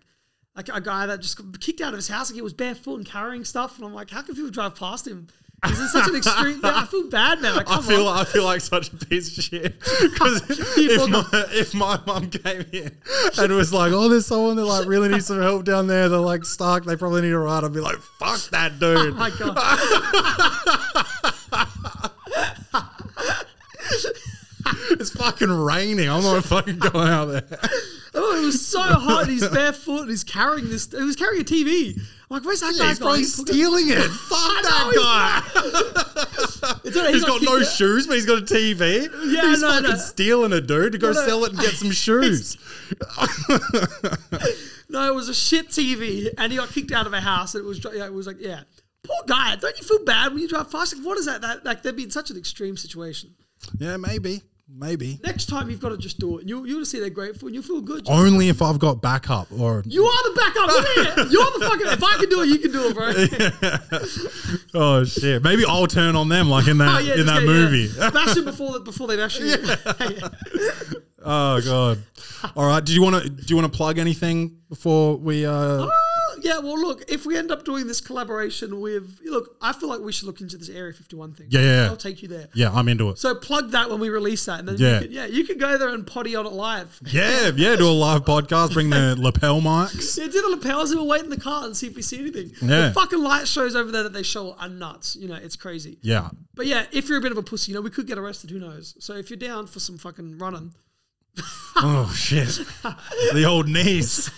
like a guy that just got kicked out of his house. Like he was barefoot and carrying stuff. And I'm like, how can people drive past him? Is it such an extreme? Yeah, I feel bad, man. Like,
I
come
feel
on.
I feel like such a piece of
<laughs>
shit because if
fucking-
my if my mum came here and was like, "Oh, there's someone that like really needs some help down there. They're like stuck. They probably need a ride." I'd be like, "Fuck that dude."
<laughs> Oh my God.
it's fucking raining. I'm not fucking going out
<laughs>
there.
Oh, it was so hot. and He's barefoot. And he's carrying this. He was carrying a TV. I'm like, where's that
Yeah,
guy?
he's
gone?
probably
He's-
stealing
<laughs>
it. Fuck that guy.
It's not-
he's got no
kicked out.
shoes, but he's got a TV.
Yeah,
he's
no,
fucking
no.
stealing it, dude, to go
No, no.
sell it and
<laughs>
get some shoes.
No, it was a shit TV, and he got kicked out of a house, and it was yeah, it was like yeah, poor guy. Don't you feel bad when you drive fast? Like, what is that? That like they'd be in such an extreme situation.
yeah, maybe, maybe.
Next time you've got to just do it. You you'll see they're grateful, and you feel good.
Only if I've got backup or
You are the backup. Look at it. You're the fucking. If I can do it, you can do it,
<laughs>
bro.
Oh shit! Maybe I'll turn on them like in that
<laughs> Oh, yeah,
in
just
that
go, yeah.
movie. <laughs>
Bash them before before they bash you. <laughs>
Oh god! All right. Do you want to do you want to plug anything before we? Uh,
Well, yeah, well, look, if we end up doing this collaboration with, look, I feel like we should look into this Area 51 thing.
Yeah, yeah, yeah.
I'll take you there.
yeah, I'm into it.
So plug that when we release that, and then
Yeah.
you can, yeah, you can go there and potty on it live.
Yeah, yeah. Do a live podcast. Bring
<laughs>
the lapel mics.
Yeah, do the lapels and we'll wait in the car and see if we see anything.
Yeah.
The fucking light shows over there that they show are nuts. You know, it's crazy.
Yeah,
But yeah, if you're a bit of a pussy, you know, we could get arrested. Who knows? So if you're down for some fucking running,
Oh shit! The old knees.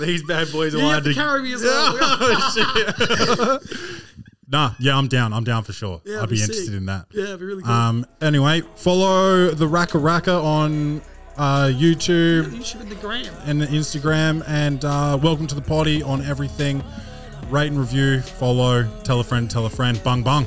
These bad boys are
you have
wired
to
to. Oh,
carry me as
<laughs>
well.
nah, yeah, I'm down. I'm down for sure.
Yeah,
I'd be
sick.
interested in that.
Yeah, it'd be really cool.
Um. Anyway, follow the Raka Raka on uh, YouTube.
you should in the gram.
and Instagram. And uh, welcome to the party on everything. Rate and review, follow, tell a friend, tell a friend. Bung bung.